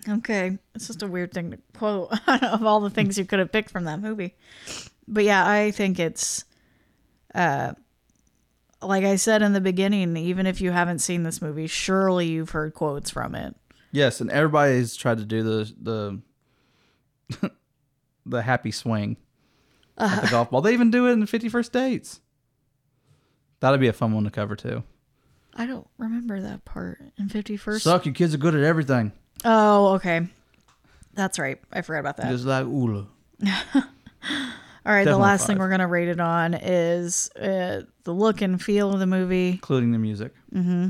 Okay. It's just a weird thing to quote *laughs* of all the things you could have picked from that movie. But yeah, I think it's uh like I said in the beginning, even if you haven't seen this movie, surely you've heard quotes from it. Yes, and everybody's tried to do the the the *laughs* happy swing at the golf ball. They even do it in 51st dates. That'd be a fun one to cover too. I don't remember that part in 51st. Suck, your kids are good at everything. oh, okay. That's right. I forgot about that. Just like Ula. All right, the definitely last five. thing we're going to rate it on is uh, the look and feel of the movie. including the music. Mm-hmm.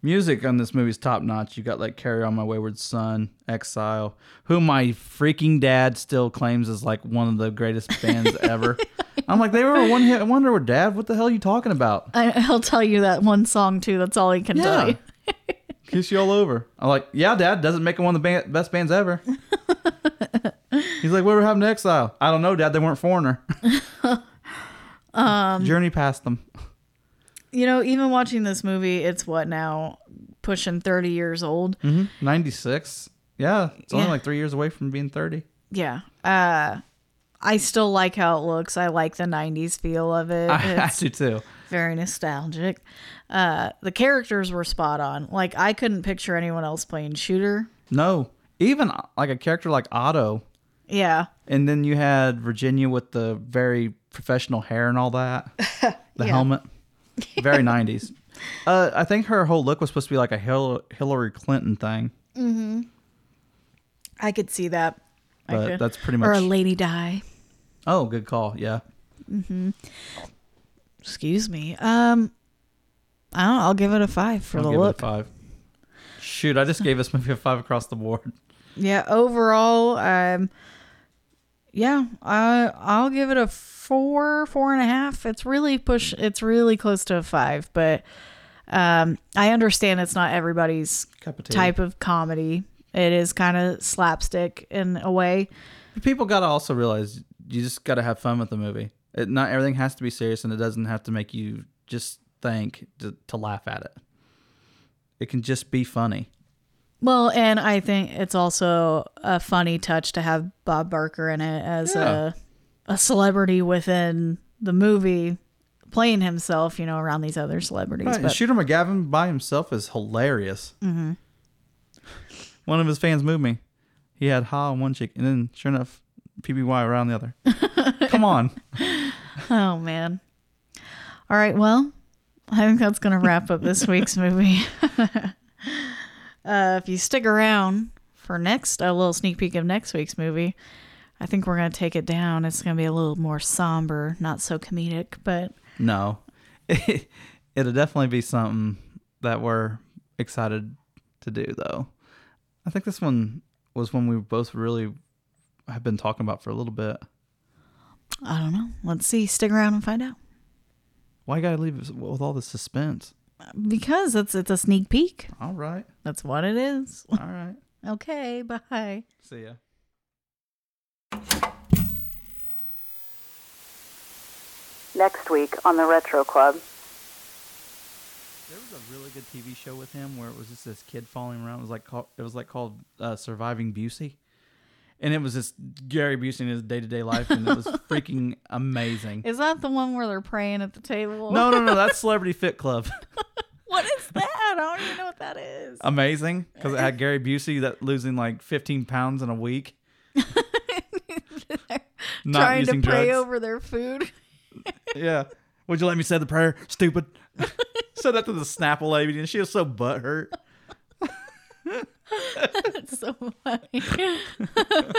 Music on this movie's top notch. You got like "Carry On My Wayward Son," "Exile," who my freaking dad still claims is like one of the greatest bands ever. I'm like, they were a one hit wonder with dad. What the hell are you talking about? I, I'll tell you that one song too. That's all he can tell Yeah. you. Kiss you all over. I'm like, yeah, dad doesn't make it one of the ban- best bands ever. He's like, what happened to Exile? I don't know, dad. They weren't foreigner. Journey past them. You know, even watching this movie, it's what now pushing 30 years old. Mm-hmm. 96. Yeah, it's only Yeah. like three years away from being 30. Yeah. Uh I still like how it looks. I like the 90s feel *laughs* of *laughs* it. I, I It's do too. very nostalgic. Uh the characters were spot on. Like I couldn't picture anyone else playing shooter. No, even uh, like a character like Otto, Yeah. and then you had Virginia with the very professional hair and all that, the helmet, very nineties. Uh, I think her whole look was supposed to be like a Hil- Hillary Clinton thing. I could see that. I But could. that's pretty Or a much- lady die. Oh, good call. Yeah. Excuse me. Um, I don't. know. I'll give it a five for I'll the give look. it a five. Shoot, I just gave this movie a five across the board. Yeah. Overall, um, yeah. I I'll give it a four, four and a half. It's really push. It's really close to a five, but um, I understand it's not everybody's Cup of tea. type of comedy. It is kind of slapstick in a way. People gotta also realize you just gotta have fun with the movie. It, not everything has to be serious, and it doesn't have to make you just think to, to laugh at it. It can just be funny. Well, and I think it's also a funny touch to have Bob Barker in it as Yeah. a a celebrity within the movie playing himself, you know, around these other celebrities. Right, and but Shooter McGavin by himself is hilarious. Mm-hmm. One of his fans moved me. He had ha on one cheek, and then sure enough, PBY around the other. Come on. *laughs* oh man. All right, well, I think that's going to wrap up this week's movie. *laughs* uh, if you stick around for next a little sneak peek of next week's movie, I think we're going to take it down. It's going to be a little more somber, not so comedic, but No. *laughs* It'll definitely be something that we're excited to do, though. I think this one was one we both really have been talking about for a little bit. I don't know. Let's see. Stick around and find out. Why you gotta leave us with all the suspense? Because it's it's a sneak peek. All right. *laughs* That's what it is. All right. Okay, bye. See ya. Next week on the Retro Club. There was a really good TV show with him where it was just this kid following him around. It was like called, it was like called uh, Surviving Busey, and it was just Gary Busey in his day to day life, and it *laughs* was freaking amazing. Is that the one where they're praying at the table? No, no, no, that's Celebrity Fit Club. *laughs* What is that? I don't even know what that is. *laughs* amazing because it had Gary Busey that losing like 15 pounds in a week. Not Trying using to pray drugs. over their food. *laughs* Yeah. Would you let me say the prayer? Stupid. *laughs* Said that to the Snapple lady, and she was so butthurt. That's so funny. *laughs*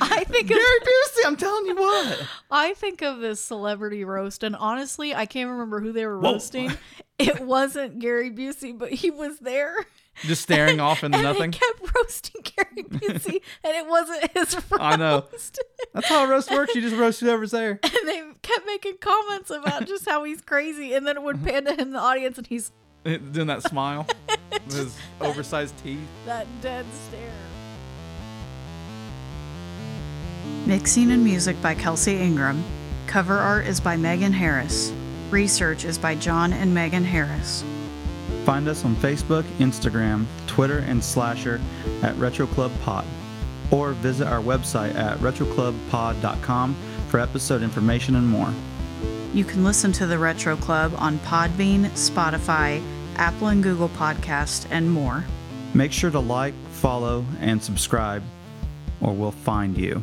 I think of, Gary Busey, I'm telling you what. I think of this celebrity roast, and honestly, I can't remember who they were Whoa. roasting. It wasn't Gary Busey, but he was there. Just staring off into *laughs* and nothing. They kept *laughs* roasting Gary Busey, and it wasn't his roast. *laughs* I know. That's how a roast works. You just roast whoever's there. *laughs* and they kept making comments about just how he's crazy, and then it Mm-hmm. would pan to him in the audience, and he's Doing that smile with his oversized teeth. that dead stare. Mixing and music by Kelsey Ingram. Cover art is by Megan Harris. Research is by John and Megan Harris. Find us on Facebook, Instagram, Twitter, and Slasher at Retro Club Pod. Or visit our website at retroclubpod.com for episode information and more. You can listen to the Retro Club on Podbean, Spotify, Apple and Google Podcast, and more. Make sure to like, follow, and subscribe, or we'll find you.